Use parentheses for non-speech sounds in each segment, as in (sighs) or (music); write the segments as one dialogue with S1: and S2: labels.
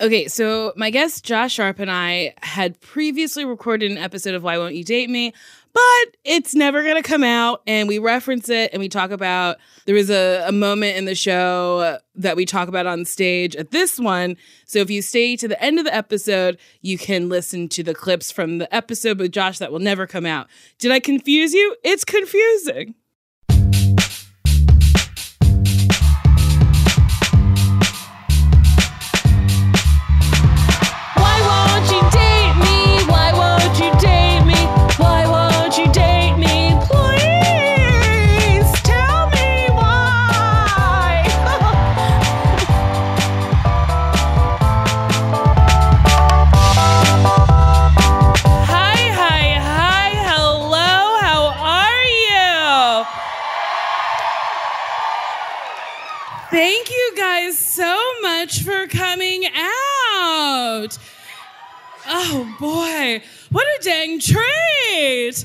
S1: Okay, so my guest Josh Sharp and I had previously recorded an episode of Why Won't You Date Me, but it's never gonna come out. And we reference it and we talk about there was a, a moment in the show that we talk about on stage at this one. So if you stay to the end of the episode, you can listen to the clips from the episode with Josh that will never come out. Did I confuse you? It's confusing. Why won't you date me? Why won't you date me? Why won't you date me? Please tell me why. hi, hi, hi. Hello. How are you? Thank you guys so much for coming out. Oh boy, what a dang treat!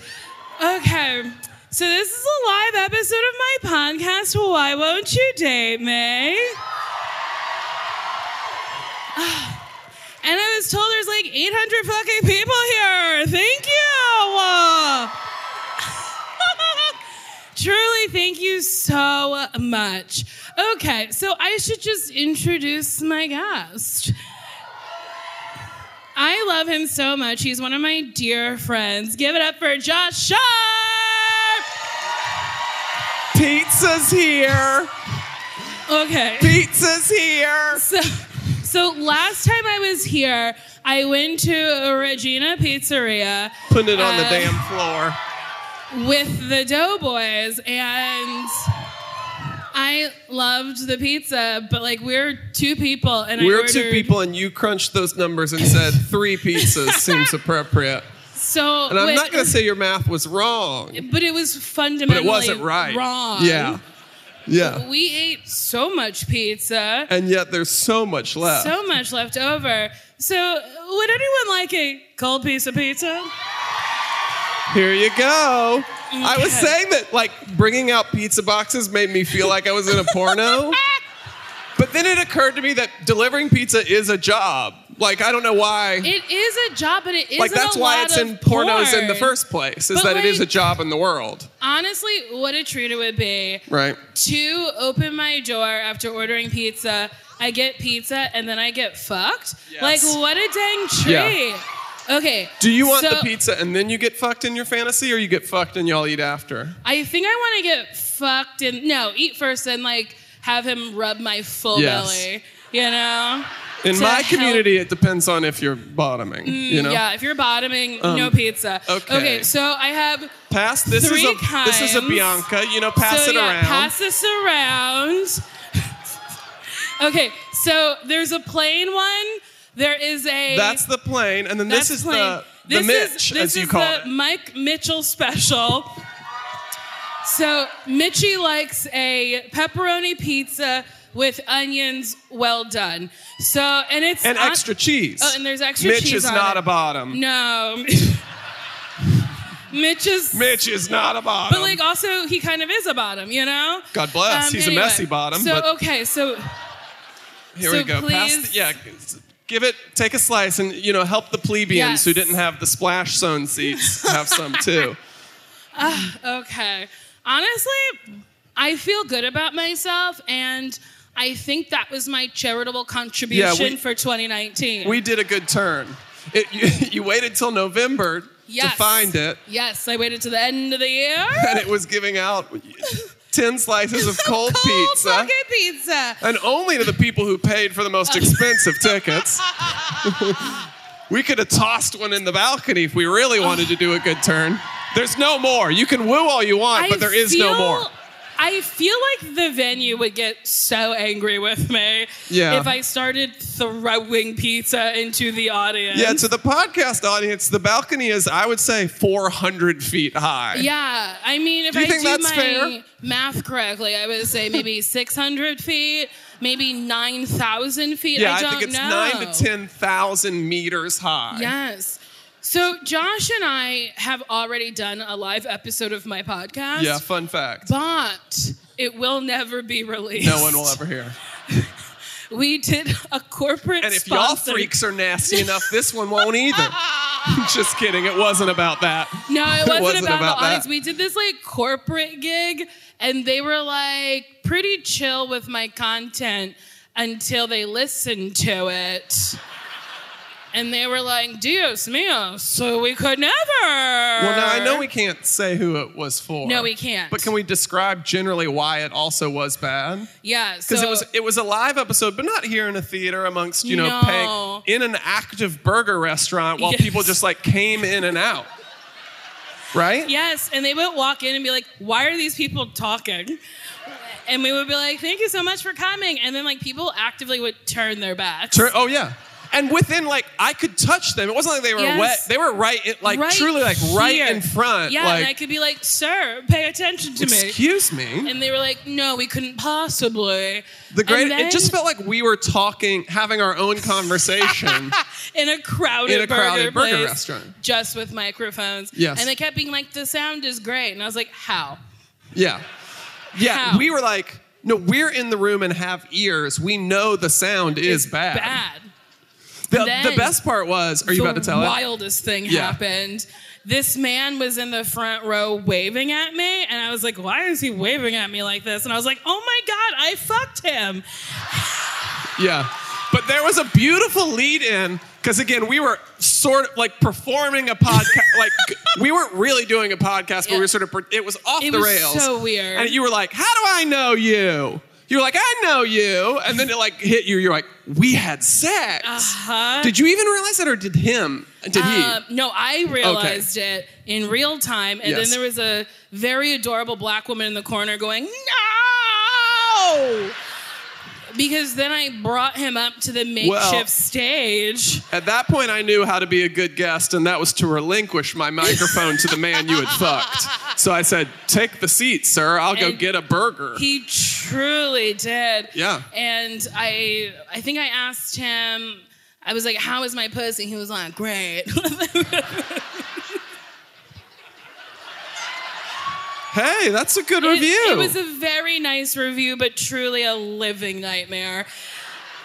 S1: Okay, so this is a live episode of my podcast, Why Won't You Date Me? Ah, And I was told there's like 800 fucking people here. Thank you. (laughs) Truly, thank you so much. Okay, so I should just introduce my guest. I love him so much. He's one of my dear friends. Give it up for Josh Sharp.
S2: Pizza's here.
S1: Okay.
S2: Pizza's here.
S1: So, so last time I was here, I went to a Regina Pizzeria
S2: Putting it on the
S1: Uh,
S2: damn floor.
S1: with the Doughboys, and I loved the pizza. But like, we're two people, and I
S2: We're
S1: ordered,
S2: two people, and you crunched those numbers and said three pizzas
S1: (laughs)
S2: seems appropriate.
S1: So,
S2: And I'm
S1: wait,
S2: not going to say your math was wrong,
S1: but it was
S2: but
S1: fundamentally
S2: it wasn't right.
S1: Wrong.
S2: Yeah. Yeah.
S1: We ate so much pizza.
S2: And yet there's so much left.
S1: So much left over. So, would anyone like a cold piece of pizza?
S2: Here you go. I was
S1: Okay.
S2: saying that like bringing out pizza boxes made me feel like I was in a
S1: (laughs)
S2: porno. But then it occurred to me that delivering pizza is a job. Like I don't know why.
S1: It is a job, but it is
S2: like that's
S1: a
S2: why
S1: lot
S2: it's
S1: of
S2: in pornos
S1: porn.
S2: in the first place is
S1: But,
S2: that it is a
S1: like-
S2: job in the world
S1: Honestly, what a treat it would be
S2: right
S1: to open my door after ordering pizza. I get pizza and then I get fucked.
S2: Yes.
S1: Like what a dang treat. Okay.
S2: do you want the
S1: so
S2: pizza and then you get fucked in your fantasy or you get fucked and y'all eat after
S1: I think I want to get fucked and no, eat first and like have him rub my full
S2: Yes.
S1: belly. You know.
S2: in
S1: To
S2: my
S1: help- Mm,
S2: community it depends on if you're bottoming you know
S1: Yeah, if you're bottoming, no
S2: Um,
S1: pizza.
S2: okay.
S1: so I have
S2: pass this is
S1: Three
S2: a this is a
S1: times.
S2: bianca you know pass
S1: so
S2: it
S1: yeah,
S2: around
S1: pass this around. (laughs) okay, so there's a plain one. There is a
S2: that's the plane and then
S1: that's
S2: this is
S1: plain.
S2: the the
S1: This is-
S2: mitch
S1: this
S2: as you
S1: is
S2: call
S1: the
S2: it
S1: Mike Mitchell special. So Mitchie likes a pepperoni pizza with onions well done. So, and it's
S2: And
S1: on-
S2: extra cheese.
S1: Oh, and there's extra
S2: Mitch
S1: cheese
S2: is
S1: on
S2: not
S1: it.
S2: a bottom.
S1: No. (laughs) Mitch is.
S2: Mitch is not a bottom.
S1: But like, also, he kind of is a bottom, you know.
S2: Um,
S1: Um,
S2: God bless. He's a messy bottom,
S1: So
S2: but-
S1: okay, so
S2: Here
S1: so
S2: we go. Pass the-
S1: please-
S2: yeah, give it. Take a slice, and you know, help the plebeians
S1: Yes.
S2: who didn't have the splash zone seats have some
S1: (laughs)
S2: too.
S1: okay. Honestly, I feel good about myself, and I think that was my charitable contribution for 2019.
S2: We did a good turn. It, you, (laughs) you waited till November
S1: Yes.
S2: to find it,
S1: yes, I waited to the end of the
S2: (laughs)
S1: year.
S2: and it was giving out ten
S1: (laughs)
S2: slices of cold,
S1: Cold
S2: pizza,
S1: fucking pizza.
S2: and only to the people who paid for the most expensive
S1: (laughs)
S2: tickets. (laughs) we could have tossed one in the balcony if we really wanted to do a good turn. There's no more. You can woo all you want, but there is no
S1: feel-
S2: more.
S1: I feel like the venue would get so angry with me
S2: Yeah.
S1: if I started throwing pizza into the audience.
S2: Yeah, to the podcast audience, the balcony is, I would say, 400 feet high.
S1: Yeah, I mean, if
S2: Do you
S1: I
S2: think
S1: do
S2: that's
S1: my
S2: fair?
S1: math correctly, I would say
S2: (laughs)
S1: maybe 600 feet, maybe 9,000 feet.
S2: Yeah,
S1: I
S2: I,
S1: don't
S2: think it's
S1: know.
S2: nine to 10,000 meters high.
S1: Yes. So Josh and I have already done a live episode of my podcast.
S2: Yeah, fun fact.
S1: But it will never be released.
S2: No one will ever hear.
S1: We did a corporate
S2: And if y'all
S1: sponsored-
S2: freaks are nasty enough, this one won't either. (laughs)
S1: Ah!
S2: Just kidding. It wasn't about that.
S1: No, it
S2: (laughs)
S1: wasn't,
S2: wasn't
S1: about,
S2: about
S1: the audience.
S2: that.
S1: We did this like corporate gig, and they were like pretty chill with my content until they listened to it. And they were like, Dios mio, so we could never.
S2: Well, now I know we can't say who it was for.
S1: No, we can't.
S2: But can we describe generally why it also was bad? (laughs)
S1: Yeah, so
S2: Because it was it was a live episode, but not here in a theater amongst you know
S1: No.
S2: paying in an active burger restaurant while
S1: Yes.
S2: people just like came in and out, right?
S1: Yes, and they would walk in and be like, "Why are these people talking?" And we would be like, "Thank you so much for coming." And then like people actively would turn their backs.
S2: Tur- Oh yeah. And within like I could touch them. It wasn't like they were
S1: Yes.
S2: wet. They were right, in, like
S1: Right
S2: truly like right
S1: here.
S2: in front.
S1: Yeah,
S2: like,
S1: and I could be like, "Sir, pay attention to me."
S2: excuse me.
S1: And they were like, "No, we couldn't possibly."
S2: the great.
S1: And then
S2: it just felt like we were talking, having our own
S1: (laughs)
S2: conversation.
S1: in a crowded
S2: In a crowded burger
S1: place,
S2: restaurant.
S1: just with microphones.
S2: Yes.
S1: and they kept being like, "The sound is great," and I was like, "How?"
S2: Yeah. Yeah.
S1: How?
S2: We were like, no, we're in the room and have ears. We know the sound is bad.
S1: Bad.
S2: The,
S1: Then-
S2: the best part was, are you
S1: the
S2: about to tell it?
S1: wildest thing
S2: Yeah.
S1: happened. This man was in the front row waving at me, and I was like, "Why is he waving at me like this?" And I was like, "Oh my god, I fucked him!"
S2: Yeah. But there was a beautiful lead in because again, we were sort of like performing a podcast. (laughs) like we weren't really doing a podcast, but we
S1: Yeah.
S2: were sort of. per- It was off
S1: It
S2: the
S1: was
S2: rails.
S1: so weird.
S2: And you were like, "How do I know you?" You were like, "I know you," and then it like hit you. You're like, "We had sex."
S1: Uh-huh.
S2: Did you even realize that, or did him? Did
S1: Um, no, I realized it in real time, and
S2: Yes.
S1: then there was a very adorable black woman in the corner going, "No!" Because then I brought him up to the makeshift
S2: Well-
S1: stage.
S2: he? At that point, I knew how to be a good guest, and that was to relinquish my microphone to the man you had fucked. So I said, "Take the seat, sir. I'll go
S1: And
S2: get a burger."
S1: He truly did.
S2: Yeah.
S1: And I I think I asked him, I was like, how is my pussy? He was like,
S2: (laughs)
S1: great. (laughs)
S2: hey, that's a good
S1: It-
S2: review.
S1: It, was a very nice review, but truly a living nightmare.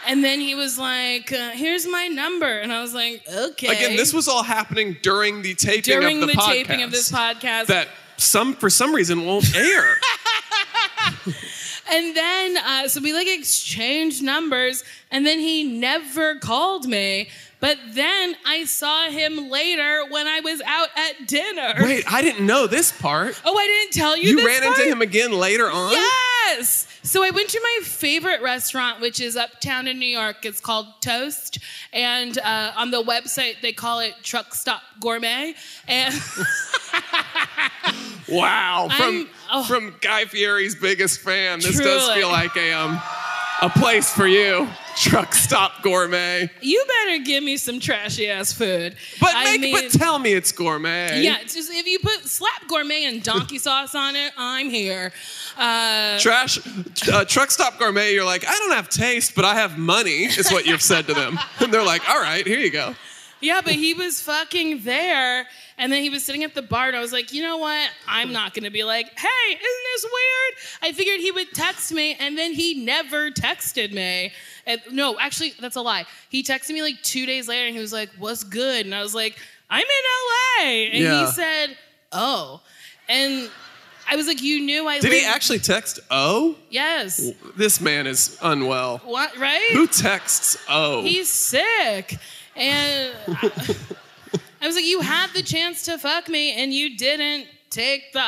S1: And then he was like, uh, here's my number. And I was like, okay.
S2: Again, this was all happening during the taping
S1: during the,
S2: of the, podcast.
S1: taping of this podcast.
S2: that some for some
S1: (laughs)
S2: reason won't air.
S1: And then, uh, so we like exchanged numbers, and then he never called me. But then I saw him later when I was out at dinner.
S2: Wait, I didn't know this part.
S1: Oh, I didn't tell you.
S2: You
S1: this
S2: ran
S1: part?
S2: into him again later on.
S1: Yes. So I went to my favorite restaurant, which is uptown in New York. It's called Toast, and uh, on the website they call it Truck Stop Gourmet. And (laughs)
S2: Wow, from
S1: I'm- oh.
S2: from Guy Fieri's biggest fan, this does
S1: Truly.
S2: feel like a um a place for you. Truck stop gourmet.
S1: You better give me some trashy ass food.
S2: But
S1: I
S2: make,
S1: mean-
S2: but tell me it's gourmet.
S1: Yeah, it's just if you put slap gourmet and donkey sauce on it, I'm here. Uh,
S2: Trash, uh, truck stop gourmet. You're like, I don't have taste, but I have money. Is what you've said to them, (laughs) and they're like, all right, here you go.
S1: yeah, but he was fucking there, and then he was sitting at the bar, and I was like, you know what? I'm not gonna be like, hey, isn't this weird? I figured he would text me, and then he never texted me. And, no, actually, that's a lie. He texted me like two days later, and he was like, what's good? And I was like, I'm in LA, and
S2: Yeah.
S1: he said, oh, and. I was like, you knew I
S2: Did he
S1: lived-
S2: actually text O?
S1: Yes.
S2: This man is unwell.
S1: What? Right?
S2: Who texts O?
S1: He's sick. And I, I was like, you had the chance to fuck me and you didn't take the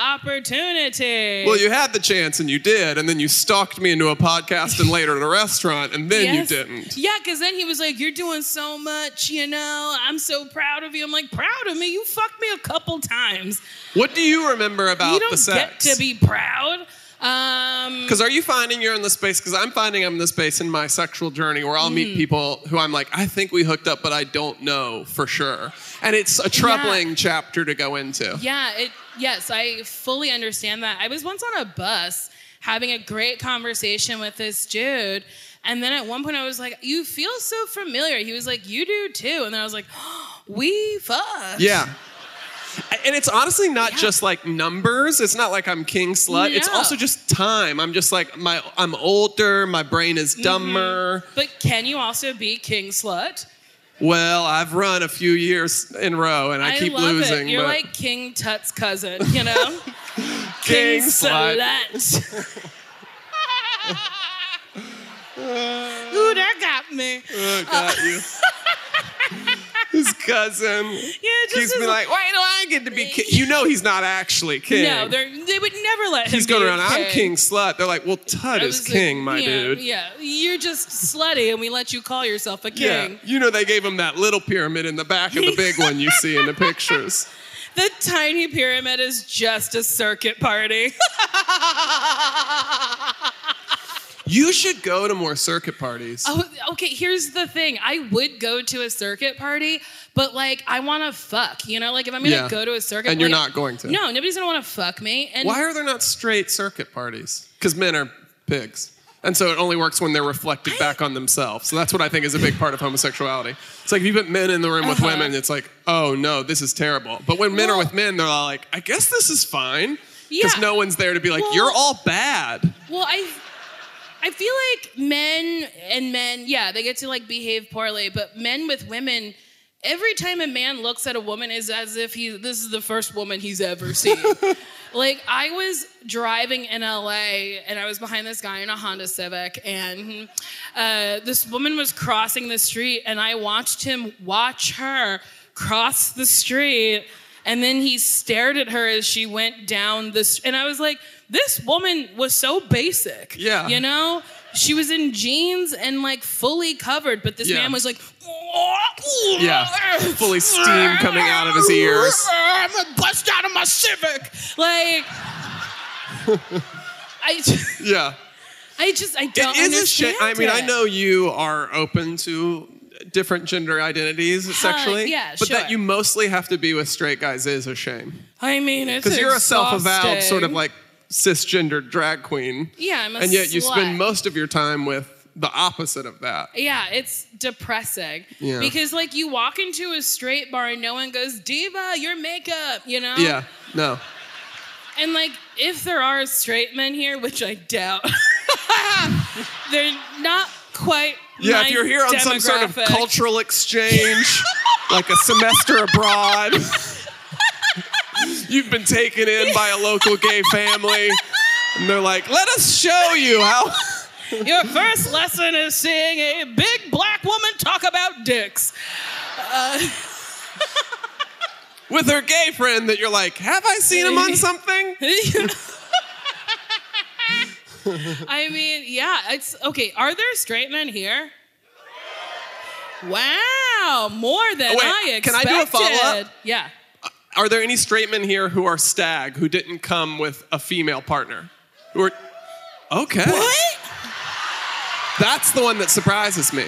S1: opportunity.
S2: Well, you had the chance and you did, and then you stalked me into a podcast and later at a restaurant, and then
S1: Yes.
S2: you didn't.
S1: Yeah, because then he was like, You're doing so much, you know. I'm so proud of you. I'm like, Proud of me? You fucked me a couple times.
S2: What do you remember about
S1: you don't
S2: the sex?
S1: get to be proud. Um,
S2: Because are you finding you're in the space? Because I'm finding I'm in the space in my sexual journey where I'll
S1: Hmm.
S2: meet people who I'm like, I think we hooked up, but I don't know for sure. And it's a troubling chapter to go into.
S1: Yeah, it yes, I fully understand that. I was once on a bus having a great conversation with this dude, and then at one point I was like, "You feel so familiar." He was like, "You do too." And then I was like, (gasps) "We fuck."
S2: Yeah. And it's honestly not
S1: Yeah.
S2: just like numbers. It's not like I'm king slut. It's
S1: No.
S2: also just time. I'm just like my I'm older, my brain
S1: Mm-hmm.
S2: is dumber.
S1: But can you also be king slut?
S2: Well, I've run a few years in a row and I, keep
S1: love
S2: losing.
S1: it. You're
S2: but
S1: like King Tut's cousin, you
S2: (laughs)
S1: know?
S2: king slut.
S1: slut.
S2: (laughs)
S1: Ooh, that got me.
S2: Oh,
S1: (laughs)
S2: got you. His cousin
S1: Yeah, just
S2: keeps
S1: as-
S2: me like, why do I get to be king? You know he's not actually king.
S1: No, they're, they would never let him.
S2: he's going
S1: be
S2: around. I'm king slut. They're like, well, Tut
S1: I
S2: is
S1: was like,
S2: king, my
S1: yeah,
S2: dude.
S1: Yeah, you're just slutty, and we let you call yourself a king.
S2: Yeah, you know they gave him that little pyramid in the back of the big one you see
S1: (laughs)
S2: in the pictures.
S1: The tiny pyramid is just a circuit party. (laughs)
S2: You should go to more circuit parties.
S1: oh, okay, here's the thing. I would go to a circuit party, but like I want to fuck. You know, like if I'm gonna
S2: Yeah.
S1: go to a circuit,
S2: And you're
S1: like-
S2: not going to.
S1: No, nobody's gonna want to fuck me. And
S2: Why are there not straight circuit parties? Because men are pigs. And so it only works when they're reflected back on themselves. So that's what I think is a big part of homosexuality. It's like if you put men in the room with
S1: Uh-huh.
S2: women, it's like, oh no, this is terrible. But when men are
S1: Well-
S2: with men, they're all like, I guess this is fine. Because
S1: Yeah.
S2: no one's there to be like,
S1: Well-
S2: you're all bad.
S1: Well, I I feel like men and men, yeah, they get to like behave poorly, but men with women, every time a man looks at a woman is as if he this is the first woman he's ever seen. like I was driving in LA and I was behind this guy in a Honda Civic and uh, this woman was crossing the street and I watched him watch her cross the street and then he stared at her as she went down this and I was like this woman was so basic.
S2: Yeah.
S1: You know? She was in jeans and like fully covered, but this
S2: Yeah.
S1: man was like,
S2: Yeah. Fully steam coming out of his ears.
S1: I'm gonna (laughs) bust out of my Civic. Like, I, ju-
S2: Yeah.
S1: I just, I
S2: It
S1: don't
S2: is a
S1: understand.
S2: shame. I mean, I
S1: it.
S2: know you are open to different gender identities sexually.
S1: yeah,
S2: but that
S1: sure.
S2: you mostly have to be with straight guys is a shame.
S1: I mean, it's
S2: Because you're a self-avowed
S1: exhausting.
S2: sort of like cisgendered drag queen.
S1: Yeah, I'm a
S2: and yet you
S1: slut.
S2: spend most of your time with the opposite of that.
S1: Yeah, it's depressing.
S2: Yeah.
S1: Because like you walk into a straight bar and no one goes, "Diva, your makeup," you know.
S2: Yeah, no.
S1: And like, if there are straight men here, which I doubt, (laughs) they're not quite.
S2: Yeah,
S1: my
S2: if you're here on some sort of
S1: demographic.
S2: cultural exchange, like a semester abroad, you've been taken in by a local gay family, and they're like, "Let us show you how."
S1: Your first lesson is seeing a big black woman talk about dicks. (laughs)
S2: With her gay friend, that you're like, "Have I seen him on something?"
S1: I mean, yeah, it's okay. Are there straight men here? Wow, more than
S2: Oh, wait,
S1: I
S2: can I
S1: expected.
S2: do a follow-up?
S1: Yeah.
S2: Are there any straight men here who are stag who didn't come with a female partner? Who are okay?
S1: What?
S2: That's the one that surprises me.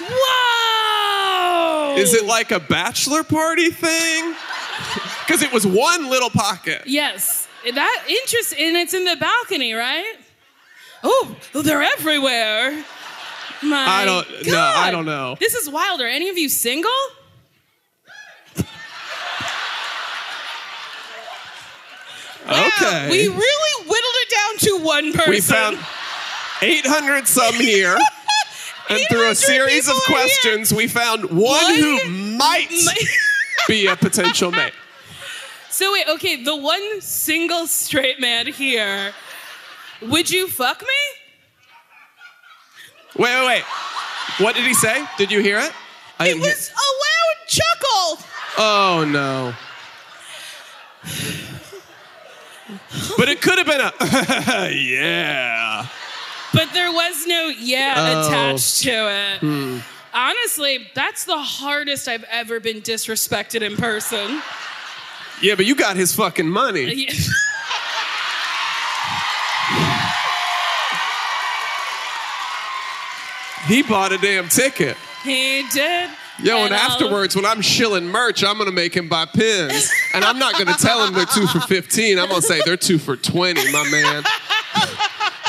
S1: Whoa!
S2: Is it like a bachelor party thing? Because it was one little pocket.
S1: Yes. That interest, and it's in the balcony, right? Oh, they're everywhere. My
S2: I don't- no,
S1: God.
S2: I don't know.
S1: This is wild. Are any of you single? Wow,
S2: okay.
S1: We really whittled it down to one person.
S2: We found 800
S1: (laughs)
S2: some here. And through a
S1: 800
S2: series of
S1: people are here.
S2: questions, we found one,
S1: One (laughs)
S2: who might be a potential mate.
S1: (laughs) So wait, okay, the one single straight man here. Would you fuck me?
S2: Wait, wait, wait. What did he say? Did you hear it?
S1: It
S2: I didn't hear-
S1: was a loud chuckle.
S2: Oh no. But it could have been a (laughs) yeah.
S1: But there was no yeah
S2: Oh. Hmm.
S1: attached to it. Honestly, that's the hardest I've ever been disrespected in person.
S2: Yeah, but you got his fucking money.
S1: Yeah.
S2: He bought a damn ticket.
S1: (laughs) he did.
S2: Yo, and,
S1: I'll-
S2: afterwards, when I'm shilling merch, I'm gonna make him buy pins. And I'm not gonna tell him they're two for 15. I'm gonna say they're two for 20, my man.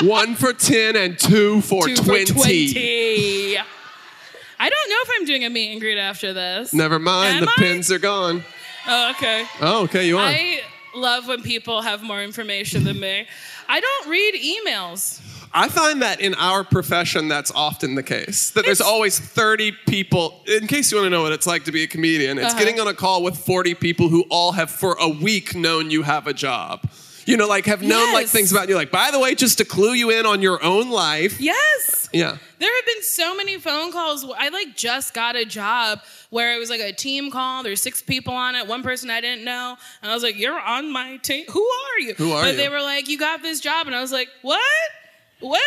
S2: One for 10 and two for,
S1: two
S2: 20.
S1: for 20. I don't know if I'm doing a meet and greet after this.
S2: Never mind,
S1: Am
S2: the
S1: I?
S2: pins are gone.
S1: Oh, okay.
S2: Oh, okay, you are.
S1: I love when people have more information than me. I don't read emails.
S2: I find that in our profession, that's often the case. That there's
S1: It's-
S2: always 30 people. In case you want to know what it's like to be a comedian, it's
S1: Uh-huh.
S2: getting on a call with 40 people who all have for a week known you have a job. You know, like have known like
S1: Yes.
S2: things about you. Like, by the way, just to clue you in on your own life.
S1: Yes.
S2: Yeah.
S1: There have been so many phone calls. where- I like just got a job where it was like a team call. There's six people on it. One person I didn't know, and I was like, "You're on my team. Who are you?"
S2: Who are
S1: but
S2: you?
S1: they were like, "You got this job," and I was like, "What? What?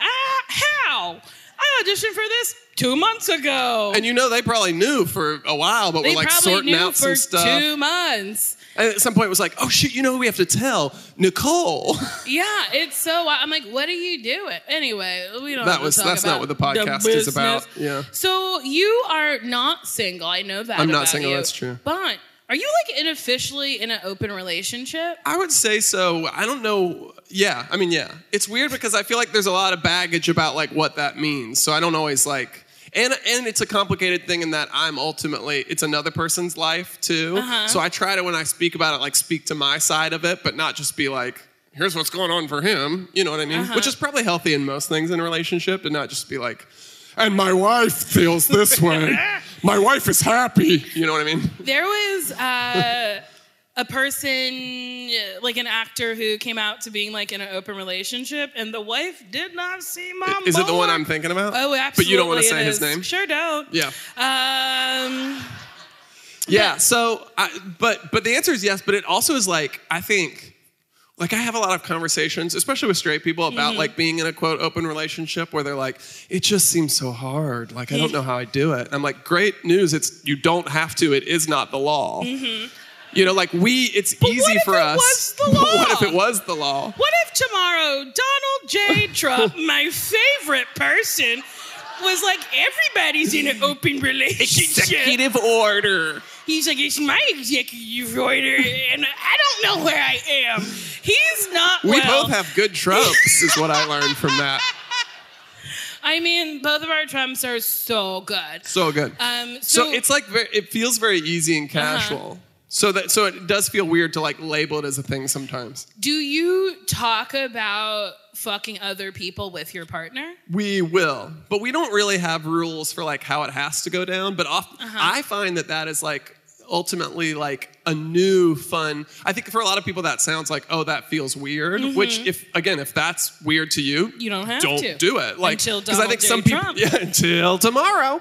S1: Ah, how? I auditioned for this two months ago.
S2: And you know, they probably knew for a while, but
S1: they
S2: were like
S1: probably
S2: sorting
S1: knew
S2: out
S1: for
S2: some stuff.
S1: two months.
S2: And at some point, it was like, oh shit, you know who we have to tell? Nicole. (laughs)
S1: Yeah, it's so. wi- I'm like, what are you doing? Anyway, we don't.
S2: That
S1: have to
S2: was-
S1: talk
S2: that's
S1: about
S2: not what the podcast
S1: the
S2: is about.
S1: business.
S2: Yeah.
S1: So you are not single. I know that.
S2: I'm not
S1: about
S2: single,
S1: you.
S2: that's true.
S1: But are you like in officially in an open relationship?
S2: I would say so. I don't know. Yeah, I mean, yeah. It's weird because I feel like there's a lot of baggage about like what that means. So I don't always like. And and it's a complicated thing in that I'm ultimately it's another person's life too.
S1: Uh-huh.
S2: So I try to when I speak about it like speak to my side of it, but not just be like. Here's what's going on for him. You know what I
S1: Uh-huh.
S2: mean? Which is probably healthy in most things in a relationship, to not just be like, and my wife feels
S1: (laughs)
S2: this way. my wife is happy. You know what I mean?
S1: There was uh, a person, uh, like an actor, who came out to being like in an open relationship, and the wife did not see my.
S2: Is it the one
S1: boy.
S2: I'm thinking about?
S1: Um, Oh, absolutely.
S2: But you don't want to
S1: it
S2: say his
S1: is.
S2: name?
S1: Sure don't.
S2: Yeah.
S1: Um.
S2: Yeah. So, I, but but the answer is yes. But it also is like I think, like I have a lot of conversations, especially with straight people, about
S1: Mm-hmm.
S2: like being in a quote open relationship where they're like, it just seems so hard. Like I don't know how I do it. I'm like, great news. It's you don't have to. It is not the law. You know, like we, it's easy
S1: Mm-hmm. what if
S2: for
S1: it
S2: us.
S1: was the
S2: But (laughs) what if
S1: law?
S2: it was the law?
S1: What if tomorrow Donald
S2: (laughs)
S1: J. Trump, my favorite person, was like everybody's in an open relationship?
S2: Executive order.
S1: He's like, it's my executive order, and I don't know where I am. He's not.
S2: We
S1: well.
S2: both have good tropes, is what I learned from that.
S1: I mean, both of our Trumps are so good. (laughs)
S2: So good.
S1: Um,
S2: So,
S1: so,
S2: it's like very, it feels very easy and casual. So that so it does feel weird to like label it as a thing sometimes.
S1: do you talk about fucking other people with your partner?
S2: We will, but we don't really have rules for like how it has to go down. But often I find that that is like ultimately like a new fun. I think for a lot of people that sounds like oh that feels weird. Which if again if that's weird to you,
S1: You don't have
S2: don't
S1: to.
S2: do it. Like
S1: Until
S2: because I
S1: Donald
S2: think
S1: J.
S2: some people
S1: Trump.
S2: yeah
S1: (laughs)
S2: until tomorrow.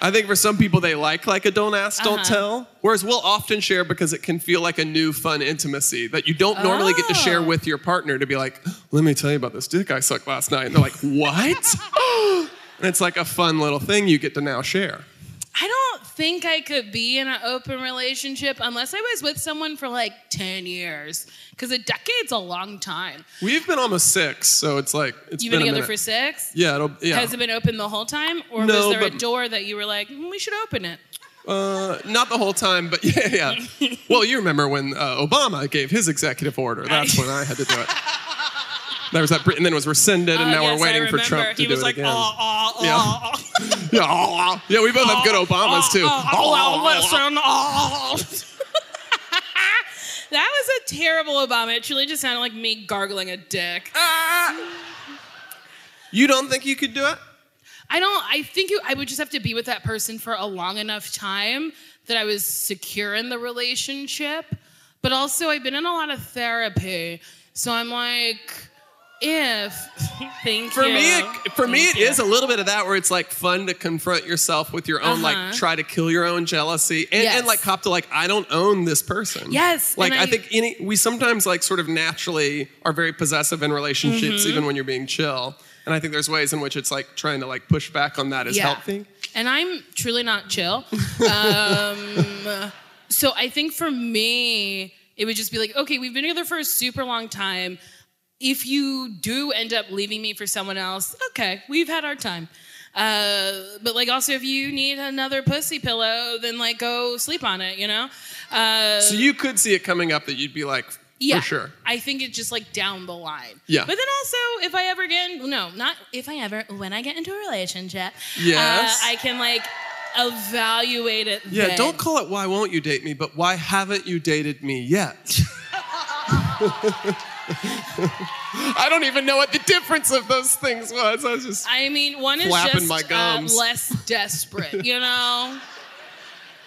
S2: I think for some people they like like a don't ask, don't
S1: Uh-huh.
S2: tell. Whereas we'll often share because it can feel like a new fun intimacy that you don't normally get to share
S1: Oh.
S2: with your partner to be like, let me tell you about this dick I
S1: (laughs)
S2: sucked last night. And they're like, what? and it's like a fun little thing you get to now share.
S1: I don't think I could be in an open relationship unless I was with someone for like 10 years. Because a decade's a long time.
S2: We've been almost six, so it's like it's
S1: You've
S2: been
S1: been
S2: a
S1: together
S2: minute.
S1: for six?
S2: Yeah, it'll, yeah.
S1: Has it been open the whole time? Or
S2: No,
S1: was there a
S2: but-
S1: door that you were like, "Mm, we should open it?
S2: Uh, not the whole time, but yeah, yeah. well, you remember when uh, Obama gave his executive order? That's when I had to do it. There was that, and then it was rescinded, and
S1: Oh,
S2: now
S1: yes, I
S2: we're waiting for
S1: remember.
S2: Trump to
S1: He
S2: do
S1: was
S2: it
S1: like,
S2: again.
S1: "Ah, ah,
S2: Yeah.
S1: ah,
S2: yeah, aw, aw. yeah, we both have good Obamas too.
S1: Oh,
S2: Aw,
S1: well,
S2: aw, aw.
S1: listen. ah,
S2: (laughs)
S1: that was a terrible Obama. It truly just sounded like me gargling a dick.
S2: You don't think you could do it?
S1: I don't. I think you. I would just have to be with that person for a long enough time that I was secure in the relationship. But also, I've been in a lot of therapy, so I'm like, if (laughs) thank
S2: For
S1: you.
S2: me, it, for me, it
S1: Thank
S2: is
S1: you.
S2: a little bit of that where it's like fun to confront yourself with your own, like
S1: Uh-huh.
S2: try to kill your own jealousy, and,
S1: Yes.
S2: and like cop to like I don't own this person.
S1: Yes,
S2: like
S1: and
S2: I,
S1: I-
S2: think any we sometimes like sort of naturally are very possessive in relationships,
S1: Mm-hmm.
S2: even when you're being chill. And I think there's ways in which it's like trying to like push back on that is healthy.
S1: And I'm truly not
S2: (laughs)
S1: chill. Um, so I think for me, it would just be like, okay, we've been together for a super long time. If you do end up leaving me for someone else, okay, we've had our time. Uh, but like, also, if you need another pussy pillow, then like, go sleep on it. You know. Uh,
S2: So you could see it coming up that you'd be like,
S1: yeah,
S2: for sure.
S1: I think it's just like down the line.
S2: Yeah.
S1: But then also, if I ever get in, no, not if I ever, when I get into a relationship,
S2: Yes.
S1: uh, I can like evaluate it.
S2: Yeah,
S1: then.
S2: don't call it why won't you date me, but why haven't you dated me yet? (laughs) I don't even know what the difference of those things was. I was just
S1: I mean, one is
S2: Flapping
S1: just
S2: my gums.
S1: Uh,
S2: (laughs)
S1: less desperate, you know?